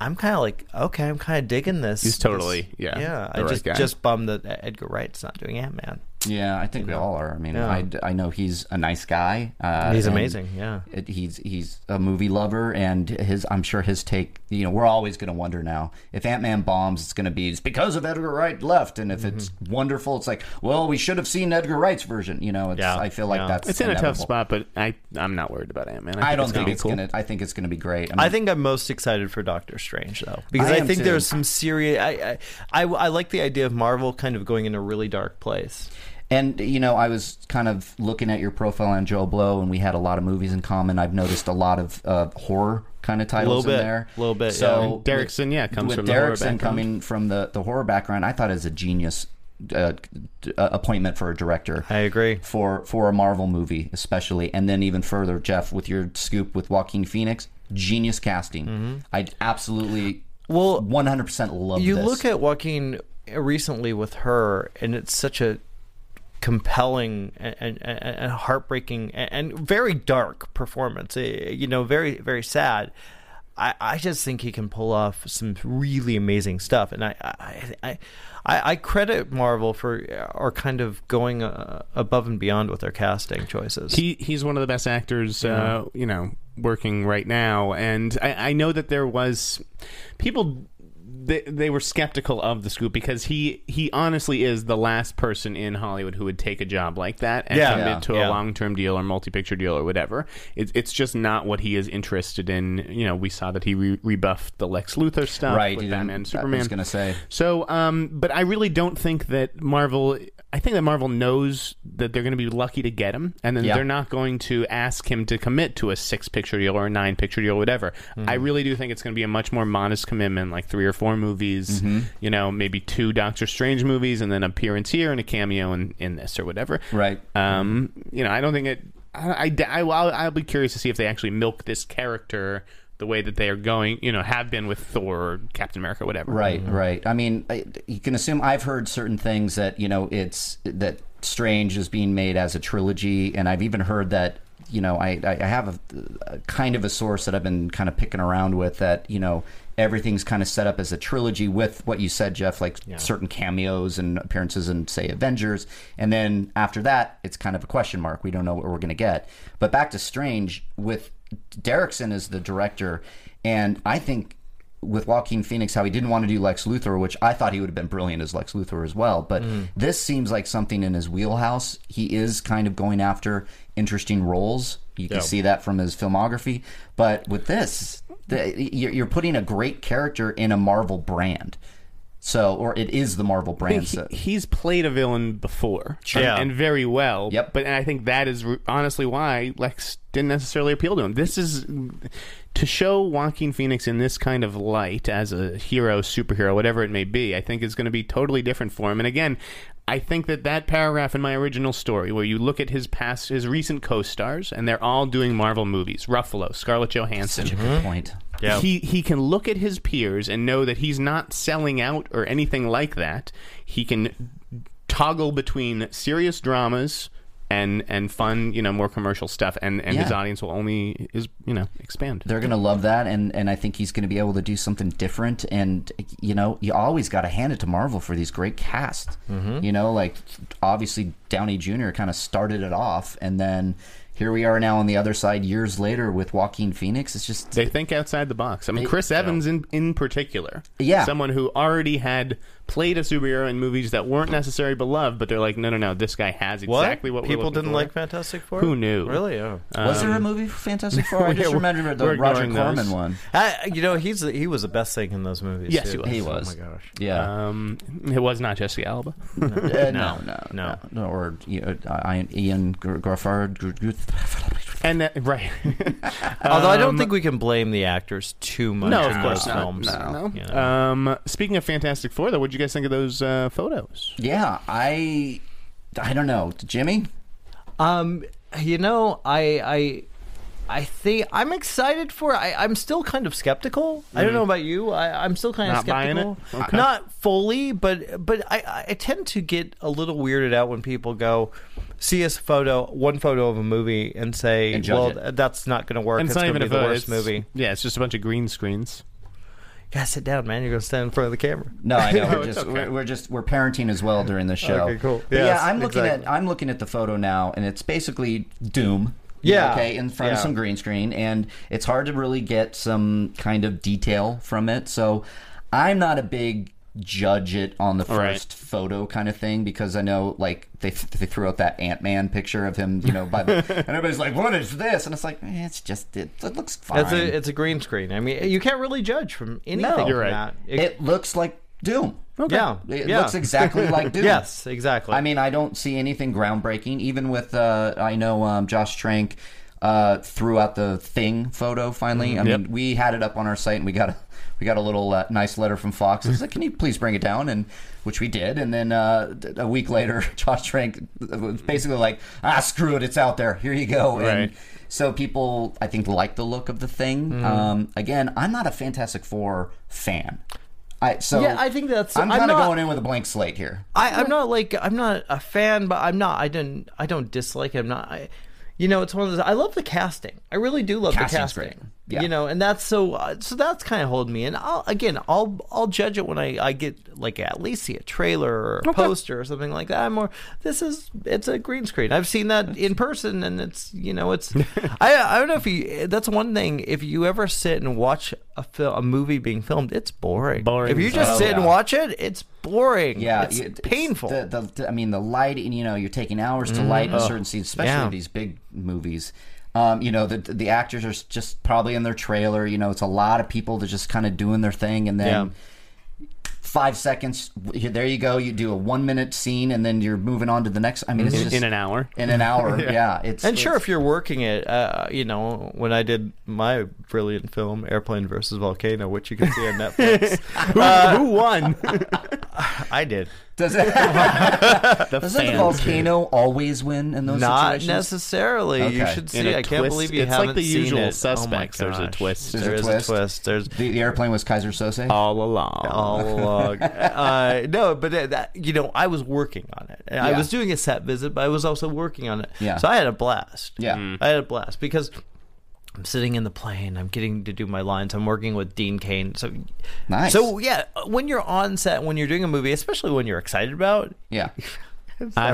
I'm kind of like okay. I'm kind of digging this. He's totally- this- yeah, yeah. the I right just guy. just bummed that Edgar Wright's not doing Ant Man. yeah, I think we all are. I mean, Yeah. I, I know he's a nice guy. Uh, He's and amazing, yeah. it- he's he's a movie lover, and his I'm sure his take. You know, we're always going to wonder now if Ant Man bombs, it's going to be it's because of Edgar Wright left, and if it's Mm-hmm. wonderful, it's like well, we should have seen Edgar Wright's version. You know, it's, Yeah, I feel like yeah. that's It's in a tough inevitable. spot, but I I'm not worried about Ant Man. I don't think gonna be it's gonna. I think it's gonna be great. I think I'm most excited for Doctor Strange though, because I I, am think too. there's some serious. I, I I I like the idea of Marvel kind of going in a really dark place. And you know, I was kind of looking at your profile on Joe Blow, and we had a lot of movies in common. I've noticed a lot of uh, horror kind of titles Little bit, in there, little bit, yeah. So And Derrickson, with- yeah, comes with from the horror Derrickson background. coming from the the horror background. I thought it was a genius uh, d- uh, appointment for a director. I agree. for for a Marvel movie, especially, and then even further, Jeff, with your scoop with Joaquin Phoenix, genius casting. I absolutely, Mm-hmm. Well, one hundred percent love. You this. look at Joaquin recently with her, and it's such a compelling and, and, and heartbreaking and, and very dark performance. Eh, You know, very very sad. I, I just think he can pull off some really amazing stuff, and I I, I, I I credit Marvel for uh, are kind of going uh, above and beyond with their casting choices. He he's one of the best actors, uh, you know, working right now. And I, I know that there was people. They, they were skeptical of the scoop because he, he honestly is the last person in Hollywood who would take a job like that and Yeah. commit Yeah. to a Yeah. long term deal or multi picture deal or whatever. It, it's just not what he is interested in. You know, we saw that he re- rebuffed the Lex Luthor stuff right, with dude, Batman and Superman. I was gonna say, So, um, but I really don't think that Marvel. I think that Marvel knows that they're going to be lucky to get him, and then Yeah. they're not going to ask him to commit to a six-picture deal or a nine-picture deal, whatever. Hmm. I really do think it's going to be a much more modest commitment, like three or four movies, Mm-hmm. you know, maybe two Doctor Strange movies, and then appearance here and a cameo in, in this or whatever. right? Um, you know, I don't think it. I, I, will I'll be curious to see if they actually milk this character the way that they are going. You know, have been with Thor, or Captain America, whatever. Right, right. I mean, I, you can assume I've heard certain things that you know it's that Strange is being made as a trilogy, and I've even heard that you know I I I have a, a kind of a source that I've been kind of picking around with that you know everything's kind of set up as a trilogy with what you said, Jeff, like certain cameos and appearances in say Avengers, and then after that it's kind of a question mark. We don't know what we're going to get. But back to Strange with Derrickson as the director, and I think with Joaquin Phoenix how he didn't want to do Lex Luthor, which I thought he would have been brilliant as Lex Luthor as well. But this seems like something in his wheelhouse. He is kind of going after interesting roles. You can see that from his filmography. But with this, the, you're you're putting a great character in a Marvel brand. So, or it is the Marvel brand. he, So. he's played a villain before, Sure. and, and very well. Yep. But and I think that is re- honestly why Lex didn't necessarily appeal to him. This is to show Joaquin Phoenix in this kind of light as a hero, superhero, whatever it may be. I think is going to be totally different for him. And again. I think that that paragraph in my original story, where you look at his past, his recent co-stars, and they're all doing Marvel movies: Ruffalo, Scarlett Johansson, Such a good point. Yeah. he he can look at his peers and know that he's not selling out or anything like that. He can toggle between serious dramas and and fun, you know, more commercial stuff, and and his Yeah. audience will only is you know expand. They're going to love that, and, and I think he's going to be able to do something different. And you know, you always got to hand it to Marvel for these great casts. You know, like obviously Downey Jr. kind of started it off, and then here we are now on the other side years later with Joaquin Phoenix. It's just They think outside the box. I mean, Chris Evans in, in particular, Yeah. someone who already had played a superhero in movies that weren't necessarily beloved, but they're like, no, no, no, this guy has exactly what, people we're looking didn't for. like Fantastic Four? Uh, Who knew? Really? Yeah. was there a movie for Fantastic Four? I just we're- remember the we're Roger ignoring those. Corman one. I, uh, you know, he's he was the best thing in those movies. Yes, too. he He was. was. Oh my gosh. Yeah. Um, it was not Jessica *laughs* Alba. Uh, no, no, no. no, no, or you know, uh, I- Ian Gr- Gruffard. Gr- *laughs* Gr- and that, right. Um, Although I don't think we can blame the actors too much. No, for of course those not. Films. No. no. Yeah. Um, speaking of Fantastic Four, though, what would you guys think of those uh, photos? Yeah, I, I don't know, Jimmy. Um, you know, I I I think I'm excited for. it. I I'm still kind of skeptical. I don't know about you. I I'm still kind of Not buying skeptical. it? Okay. Not fully, but but I I tend to get a little weirded out when people go see us photo one photo of a movie and say, And judge well, it. that's not going to work. it's going to be the worst movie. Yeah, it's just a bunch of green screens. Yeah, sit down, man. You're going to stand in front of the camera. No, I *laughs* know. No, We're it's just okay. we're, we're just we're parenting as well during the show. Oh, Okay, cool. But Yes, yeah, I'm looking exactly. at I'm looking at the photo now, and it's basically Doom. Yeah. Okay, in front of Yeah. some green screen, and it's hard to really get some kind of detail from it. So, I'm not a big judge it on the first right. photo kind of thing because I know like they they threw out that Ant Man picture of him, you know, by *laughs* the, and everybody's like, "What is this?" And it's like, eh, "It's just it, it looks fine." It's a it's a green screen. I mean, you can't really judge from anything. You're from right. That. It- it looks like Doom. yeah, It Oh, yeah. looks exactly *laughs* like Doom. Yes, exactly. I mean, I don't see anything groundbreaking. Even with, uh, I know um, Josh Trank uh, threw out the thing photo finally. Mm-hmm. I mean, Yep. we had it up on our site and we got a we got a little uh, nice letter from Fox. It was like, "Can you please bring it down?" And which we did. And then uh, d- a week later, *laughs* Josh Trank uh, was basically like, "Ah, screw it, it's out there. Here you go." Right. And so people, I think, like the look of the thing. Mm-hmm. Um, again, I'm not a Fantastic Four fan. I, so Yeah, I think that's- I'm I'm kind of not- going in with a blank slate here. I, I'm not like I'm not a fan, but I'm not. I didn't. I don't dislike it. I'm not. I, you know, it's one of those. I love the casting. I really do love the Casting's casting. great. Yeah. You know, and that's so. Uh, so that's kind of holding me. And I'll again, I'll I'll judge it when I I get like at least see a trailer or a poster or something like that. I'm more. This is it's a green screen. I've seen that in person, and it's you *laughs* know it's. I I don't know if you. That's one thing. If you ever sit and watch a film, a movie being filmed, it's boring. Boring If you as just hell. sit and Yeah. watch it, it's boring. Yeah, it's it- painful. the, the, I mean, the light. and, You know, you're taking hours to light a certain scene, especially Yeah. these big movies. Um, you know, the the actors are just probably in their trailer. You know, it's a lot of people that just kind of doing their thing, and then. Five seconds. here- There you go. You do a one-minute scene, and then you're moving on to the next. I mean, it's In- just Mm-hmm. in an hour. In an hour, yeah. It's and sure, it's- if you're working it, uh, you know, when I did my brilliant film, Airplane versus Volcano, which you can see on *laughs* Netflix, Who, who won? I did. does it, *laughs* the doesn't the fans. volcano always win in those Not situations? necessarily. You Okay. should In see. a I can't twist- believe you it's like haven't the seen usual it. suspects, Oh my there's a gosh. twist. There's a There is twist. There's the, the airplane was Kaiser Sose. Oh. all along. *laughs* all along. uh, no, but uh, that, you know, I was working on it. And I Yeah. was doing a set visit, but I was also working on it. Yeah. So I had a blast. Yeah. Mm. I had a blast because I'm sitting in the plane. I'm getting to do my lines. I'm working with Dean Kane. So Nice. So yeah, when you're on set, when you're doing a movie, especially when you're excited about. yeah. I,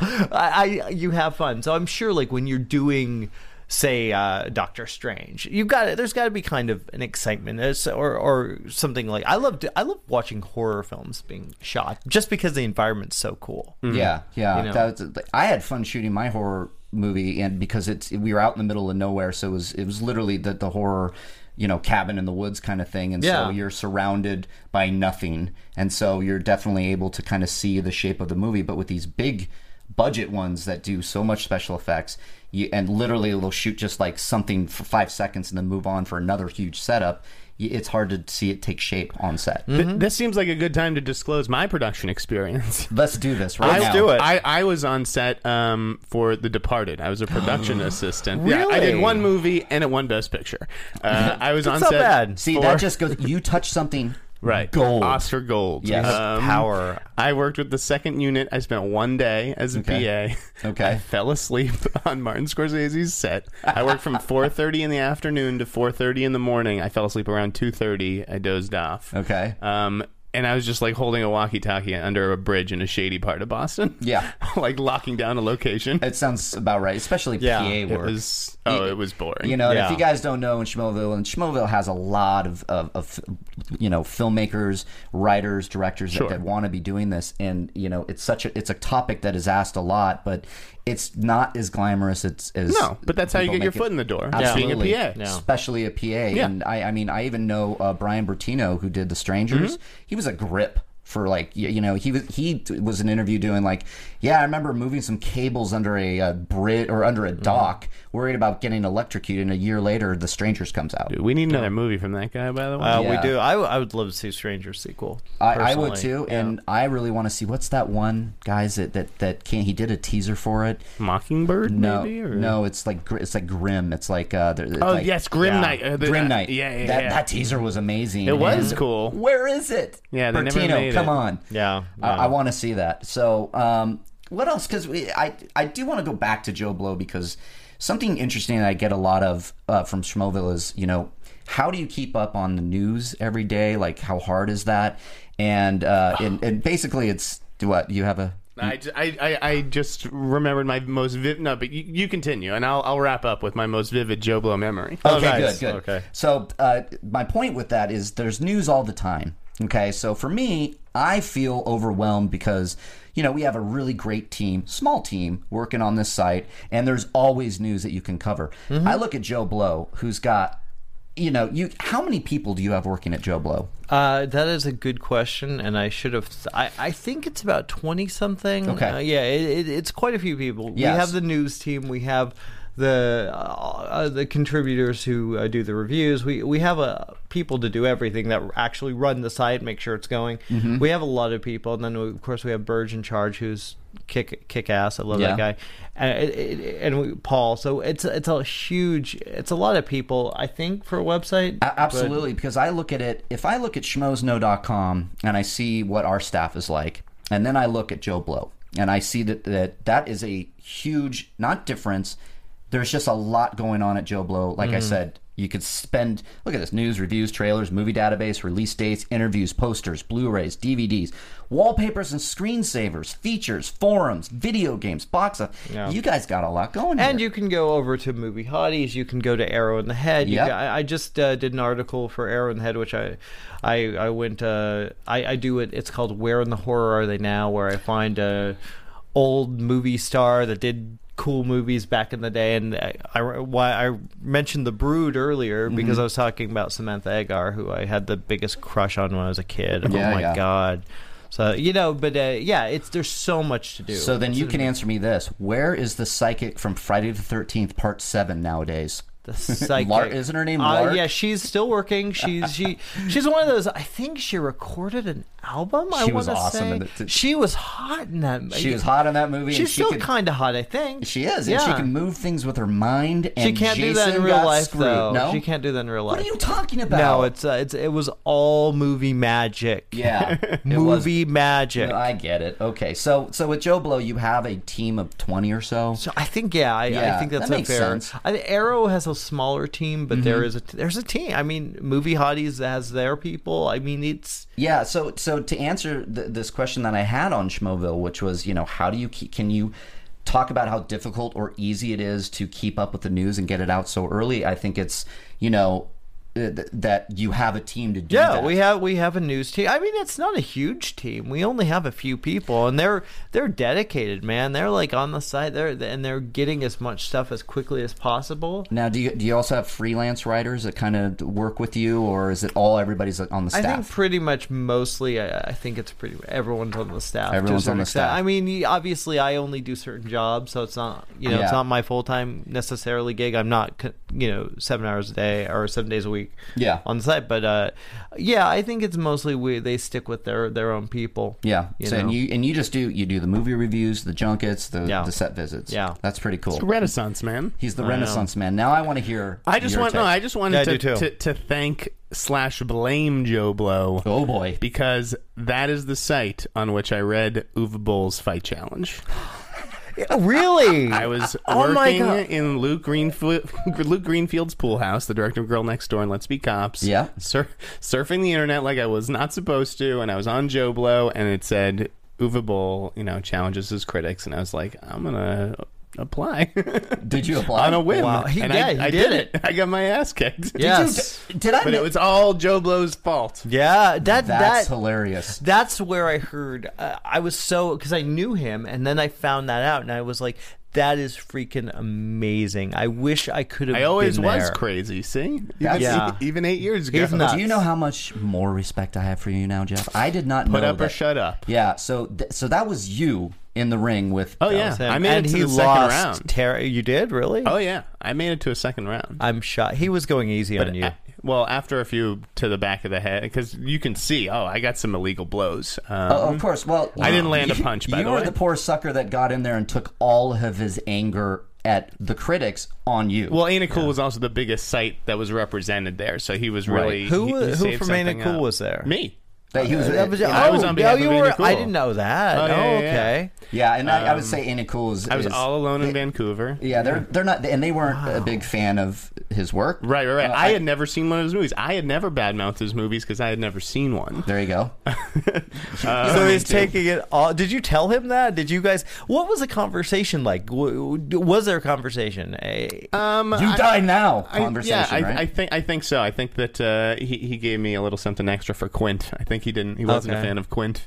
I, I you have fun. So I'm sure like when you're doing say uh Doctor Strange, you've got to There's got to be kind of an excitement it's- or or something like I love I love watching horror films being shot just because the environment's so cool. Yeah, yeah. Mm-hmm. know? That was- I had fun shooting my horror movie, and because it's we were out in the middle of nowhere, so it was it was literally the the horror, you know, cabin in the woods kind of thing, and Yeah. so you're surrounded by nothing, and so you're definitely able to kind of see the shape of the movie. But with these big budget ones that do so much special effects, you, and literally they'll shoot just like something for five seconds and then move on for another huge setup. y- It's hard to see it take shape on set. Mm. Th- this seems like a good time to disclose my production experience. Let's do this right now. do it. I, I was on set um, for The Departed. I was a production assistant. Yeah, I Really? did one movie and it won Best Picture. Uh, I was on not set. bad. See, for- that just goes. You touch something, *laughs* right Um, Gold. Oscar Gold. Uh, Yes. Power. I worked with the second unit. I spent one day as a Okay. PA. Okay. I fell asleep *laughs* on Martin Scorsese's set. I *laughs* worked from 4:30 in the afternoon to 4:30 in the morning. I fell asleep around 2:30. I dozed off. Okay. Um, and I was just like holding a walkie-talkie under a bridge in a shady part of Boston. Yeah. *laughs* like locking down a location. It sounds about right, especially Yeah, PA It work. was oh, it was boring. you know, and Yeah. if you guys don't know, in Schmoville, and Schmoville has a lot of, of, of you know, filmmakers, writers, directors that, that want to be doing this, and you know, it's such a it's a topic that is asked a lot, but it's not as glamorous as, as no, but that's how you people get your make it. foot in the door. Just being a Absolutely. PA. Yeah. especially a PA. And I, I mean, I even know uh, Brian Bertino, who did The Mm-hmm. Strangers. He was a grip for like y- you know he was he t- was an interview doing like yeah I remember moving some cables under a, uh bridge or under a Mm-hmm. dock, worried about getting electrocuted. And a year later, The Strangers comes out. We need another movie from that guy, by the way. Uh, Yeah. We do. I, I would love to see Stranger sequel. I, I would personally. too, and I really want to see what's that one guys that that that can't. He did a teaser for it. Mockingbird, No, maybe? Or? no, it's like gr- it's like grim. It's like uh, they're- it's Oh like yes, Grim yeah. Knight. Uh, the- Grim Knight. Yeah, yeah, that, yeah. that teaser was amazing. It was And cool. Where is it? Yeah, they never Bertino, made come it. on. Yeah, yeah. I, I want to see that. So, um, what else? Because I I do want to go back to Joe Blow because something interesting that I get a lot of uh, from Schmoville is you know how do you keep up on the news every day? Like how hard is that? And uh, and, and basically it's what you have a I, ju- I, I, I just remembered my most vivid. No, but you, you continue, and I'll, I'll wrap up with my most vivid Joe Blow memory. Oh, Okay, Oh, nice. good, good. Okay. So uh, my point with that is there's news all the time. Okay, so for me, I feel overwhelmed because you know we have a really great team, small team working on this site, and there's always news that you can cover. Mm-hmm. I look at Joe Blow, who's got. You know, you how many people do you have working at Joe Blow? Uh, that is a good question, and I should have. I, I think it's about twenty something. Okay. Uh, yeah, it, it, it's quite a few people. We Yes. have the news team. We have the uh, uh, the contributors who uh, do the reviews. We we have uh, people to do everything that actually run the site, make sure it's going. Mm-hmm. We have a lot of people, and then we, of course we have Burge in charge, who's kick kick ass. I love that Yeah. guy, and, it, it, and we, Paul. So it's it's a huge, it's a lot of people. I think for a website, A- Absolutely, because I look at it, if I look at schmozno.com and I see what our staff is like, and then I look at Joe Blow and I see that that, that is a huge, not difference, there's just a lot going on at Joe Blow. Like Mm-hmm. I said, you could spend, look at this news, reviews, trailers, movie database, release dates, interviews, posters, Blu rays, DVDs, wallpapers and screensavers, features, forums, video games, box of. Yeah. You guys got a lot going And here. you can go over to Movie Hotties. You can go to Arrow in the Head. You Yep. ca- I, I just uh, did an article for Arrow in the Head, which I, I, I went. Uh, I, I do it. It's called "Where in the Horror Are They Now?" Where I find a old movie star that did cool movies back in the day. And I, I why I mentioned The Brood earlier Mm-hmm. because I was talking about Samantha Agar, who I had the biggest crush on when I was a kid. Yeah, oh my yeah. god. So you know, but uh, yeah, it's there's so much to do. So then It's you an can answer me this: Where is the psychic from Friday the Thirteenth Part Seven nowadays? The psychic. Lar- isn't her name Uh, Lark? yeah, she's still working. She's she she's one of those. I think she recorded an album. I She was wanna awesome say. in the- she was hot in that. She was hot in that movie. She's and she still could, kind of hot, I think. She is, Yeah. and she can move things with her mind. And She can't Jason do that in real got life, screwed. though. No, She can't do that in real life. What are you talking about? No, it's uh, it's it was all movie magic. *laughs* *laughs* yeah, it was- movie magic. *laughs* I get it. Okay, so so with Joe Blow, you have a team of twenty or so. So I think yeah, I, I Yeah, think that's that makes unfair. sense. Mm-hmm. I think Arrow has a smaller team, but there is a there's a team. I mean, Movie Hotties has their people. I mean, it's Yeah, so so to answer th- this question that I had on Schmoville, which was, you know, how do you keep, can you talk about how difficult or easy it is to keep up with the news and get it out so early? I think it's, you know, uh, th- th- that you have a team to do Yeah, that. we have we have a news team. I mean, it's not a huge team. We only have a few people, and they're they're dedicated, man. They're like on the site. They're and they're getting as much stuff as quickly as possible. now, do you do you also have freelance writers that kind of work with you, or is it all everybody's on the I staff? think pretty much mostly. I, I think it's pretty. Everyone's on the staff. to a Everyone's on certain the extent. staff. I mean, y- obviously, I only do certain jobs, so it's not you know it's Yeah. not my full time necessarily gig. I'm not co- you know seven hours a day or seven days a week. Yeah. on site, but uh, yeah, I think it's mostly we they stick with their their own people. yeah. you so know. and you and you just do you do the movie reviews, the junkets, the, Yeah. the set visits. Yeah. that's pretty cool. Renaissance man. He's the Renaissance man. Now I want to hear. I just your want no. take. I just wanted Yeah, I to, do too. to to thank slash blame Joe Blow oh boy. because that is the site on which I read Uwe Boll's fight challenge. Oh, Really? *laughs* I was Oh my working God. in Luke Greenfield, Luke Greenfield's pool house, the director of Girl Next Door and Let's Be Cops. Yeah. sur- surfing the internet like I was not supposed to, and I was on Joe Blow, and it said Uwe Boll, you know, challenges his critics, and I was like, I'm gonna apply *laughs* Did you apply? on a whim. Wow. He- and yeah, I, he I did did it. *laughs* I got my ass kicked. yes. Did I? but it was all Joe Blow's fault. Yeah, That's that that hilarious. that's where I heard. Uh, I was so because I knew him, and then I found that out, and I was like, "That is freaking amazing! I wish I could have." I always been was there. crazy. See, That's- even, Yeah. even eight years ago, He's nuts. Do you know how much more respect I have for you now, Jeff? I did not put know up or that- shut up. Yeah, so th- so that was you in the ring with. Oh yeah, That was him. I made and it to he the lost second round. Ter- you did really? Oh yeah, I made it to a second round. I'm shot. He was going easy on you. A- well, after a few to the back of the head, because you can see. Oh, I got some illegal blows. Um, Oh, of course. Well, I didn't land a punch, by you the were way. the poor sucker that got in there and took all of his anger at the critics on you. Well, Ana Cool was also the biggest site that was represented there, so he was really Who he- he wa- who saved from Ana something Cool up. was there? Me. that he was. uh, That was- oh, yeah, I uh, was on behalf no, of you Andy were, Cool. I didn't know that. Oh, Oh, yeah, yeah, yeah. okay. yeah, and I, I would say Anna Cool is. um, I was is- all alone in Vancouver. Yeah, they're they're not, and they weren't a big fan of his work. Right, right, right. Uh, I, had never seen one of his movies. I had never badmouthed his movies because I had never seen one. There you *laughs* go. Uh, so he's taking it all. Did you tell him that? Did you guys? What was the conversation like? W- w- Was there a conversation? Eh, Um, You I- die now. I- Conversation, yeah, I, right? I think I think so. I think that uh, he he gave me a little something extra for Quint. I think He didn't. He wasn't Okay. a fan of *laughs* Quint.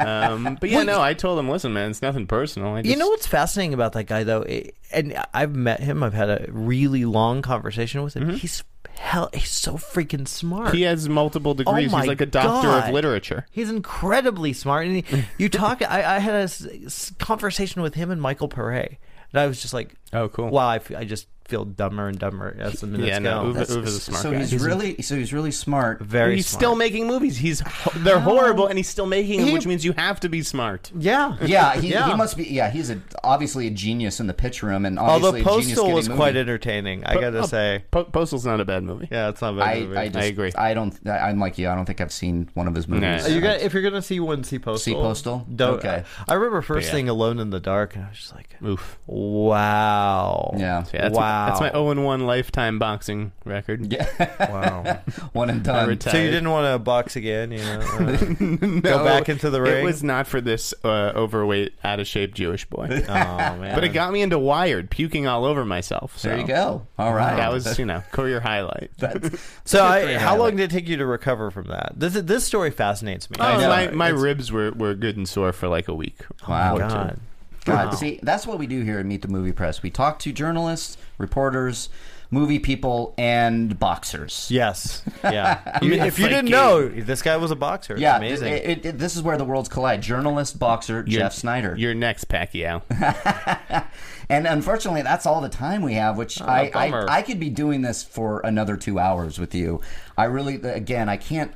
um, but yeah, no, I told him, listen, man, it's nothing personal. I just, You know what's fascinating about that guy though, I- and I've met him. I've had a really long conversation with him. He's hell. He's so freaking smart. Mm-hmm. He has multiple degrees. Oh my He's like a doctor God. of literature. He's incredibly smart, and *laughs* he, you talk. I, I had a s- s- conversation with him and Michael Pere, and I was just like, Oh, cool. Wow, I, f- I just feel dumber and dumber as the minutes Yeah, no, go." Uwe- That's- Uwe is a smart so guy. he's, He's a- really so he's really smart. Very he's smart. still making movies. He's they're horrible, and he's still making them, He- which means you have to be smart. yeah, *laughs* Yeah, he, Yeah. he must be. Yeah, he's a, obviously a genius in the pitch room, and obviously Although a genius Postal getting was movie. quite entertaining, I gotta Oh, say. Po- Postal's not a bad movie. Yeah, it's not a bad I, movie. I, just, I agree. I don't. I- I'm like you. I don't think I've seen one of his movies. Nah. you got, if you're gonna see one, see Postal. See Postal? Don't, Okay. I remember first yeah. seeing Alone in the Dark, and I was just like, Oof. "Wow, Yeah. Yeah, that's Wow. My, that's my 0 and 1 lifetime boxing record. wow." one and done. retired. so you didn't want to box again, you *laughs* know? uh, Go back into the ring. It *laughs* was not for this uh, overweight, out of shape Jewish boy. *laughs* oh man! *laughs* But it got me into Wired, puking all over myself. So There you go. All right. That *laughs* was, you know, career highlight. That's- So, I, how highlight. long did it take you to recover from that? This this story fascinates me. Oh, know. my, my It's- ribs were, were good and sore for like a week. wow. Oh, God. God, see, that's what we do here at Meet the Movie Press. We talk to journalists, reporters, movie people, and boxers. *laughs* Yes. Yeah. mean, if you like didn't a- know, this guy was a boxer. It's Yeah, Amazing. it- it- it- this is where the worlds collide. Journalist, boxer, Your- Jeff Snyder. Your *laughs* next Pacquiao. And unfortunately, that's all the time we have, which I, Oh, bummer. I I could be doing this for another two hours with you. I really, again, I can't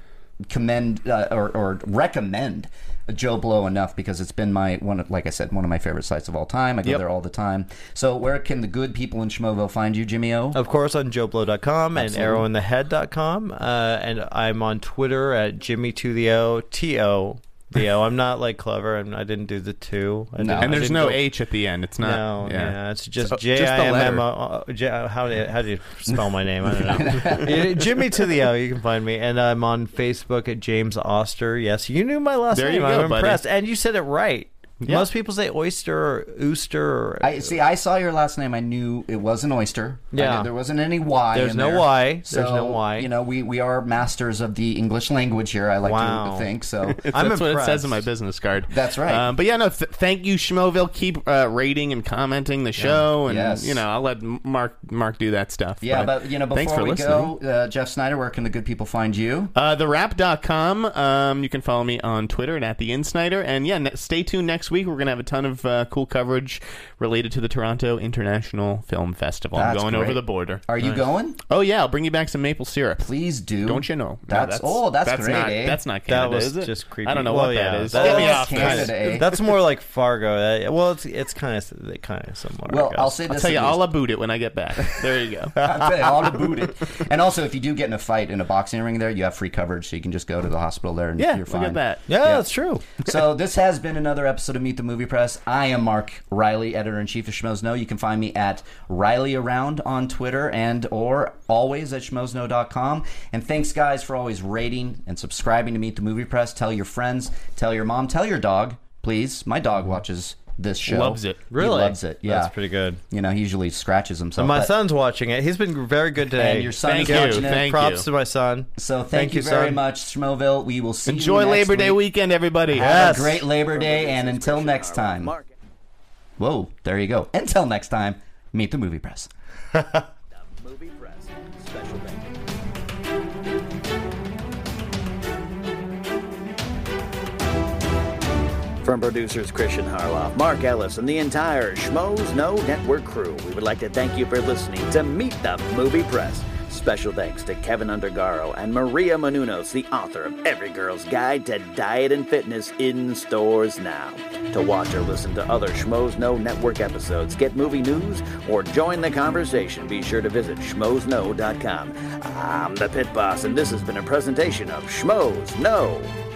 commend uh, or, or recommend Joe Blow enough because it's been my one, of, like I said, one of my favorite sites of all time. I go Yep. there all the time. So, where can the good people in Schmoville find you, Jimmy O? of course, on joblow.com and arrowinthehead.com. Uh, and I'm on Twitter at Jimmy to the O, T O, the *laughs* O. I'm not like clever. I'm, I didn't do the two. I didn't- and I there's didn't no go- H at the end. It's not. No, yeah. it's just So- just the J I M M letter. O. Oh, J- How do you, how do you spell my name? I *laughs* don't know. Yeah, Jimmy to the O. You can find me, and I'm on Facebook at James Oster. Yes, you knew my last There name. you I'm go, buddy. impressed, and you said it right. Yeah. Most people say oyster or ooster. Or, I see. I saw your last name. I knew it was an oyster. I Yeah. knew there wasn't any Y. There's in no there. Y. There's So, no Y. You know, we we are masters of the English language here. I like Wow. to think *laughs* so. I'm that's what it says impressed. in my business card. That's right. Um, but yeah, no. Th- thank you, Schmoville. Keep uh, rating and commenting the show, and Yes. you know I'll let M- Mark Mark do that stuff. Yeah, but, you know, thanks for before we listening. go, uh, Jeff Snyder, where can the good people find you? Uh, therap.com. Um, you can follow me on Twitter and at the Insnider. And yeah, ne- stay tuned next week. We're going to have a ton of uh, cool coverage related to the Toronto International Film Festival. I'm That's going great. over the border. Are you going? Oh yeah, I'll bring you back some maple syrup. Please do. Don't you know? No, That's, oh, that's, great. Not, eh? *laughs* That's not that Canada, was is it? just creepy. I don't know Well, what yeah, that is. that Get me is off, guys. Canada, eh? *laughs* That's more like Fargo. That- well, it's it's kind of kind of similar. I well, guess. I'll say I'll this. tell you, at I'll least. about it when I get back. There *laughs* you go. I'll tell you, I'll boot it. And also, if you do get in a fight in a boxing ring there, you have free coverage, so you can just go to the hospital there and yeah, you're look fine. at that. yeah, that's true. so this has been another episode of Meet the Movie Press. I am Mark Riley, editor in chief of Schmozno. You can find me at Riley Around on Twitter and or always at schmozno.com. And thanks guys for always rating and subscribing to Meet the Movie Press. Tell your friends, tell your mom, tell your dog, please. My dog watches this show. Loves it. He Really? loves it. Yeah. That's pretty good. You know, he usually scratches himself. My but- son's watching it. He's been very good today. And your son Thank is you. watching it. Thank Props you. to my son. So thank, Thank you, you, very son. much, Schmoville. We will see Enjoy you next Labor Day week. weekend, everybody. Have Yes. a great Labor Day, and until next time. Market. Whoa, there you go. Until next time, meet the movie press. Movie Press. Special thank you. From producers Christian Harloff, Mark Ellis, and the entire Schmoes No Network crew, we would like to thank you for listening to Meet the Movie Press. Special thanks to Kevin Undergaro and Maria Menounos, the author of Every Girl's Guide to Diet and Fitness in stores now. To watch or listen to other Schmoes No Network episodes, get movie news, or join the conversation, be sure to visit schmoesno.com. I'm the Pit Boss, and this has been a presentation of Schmoes No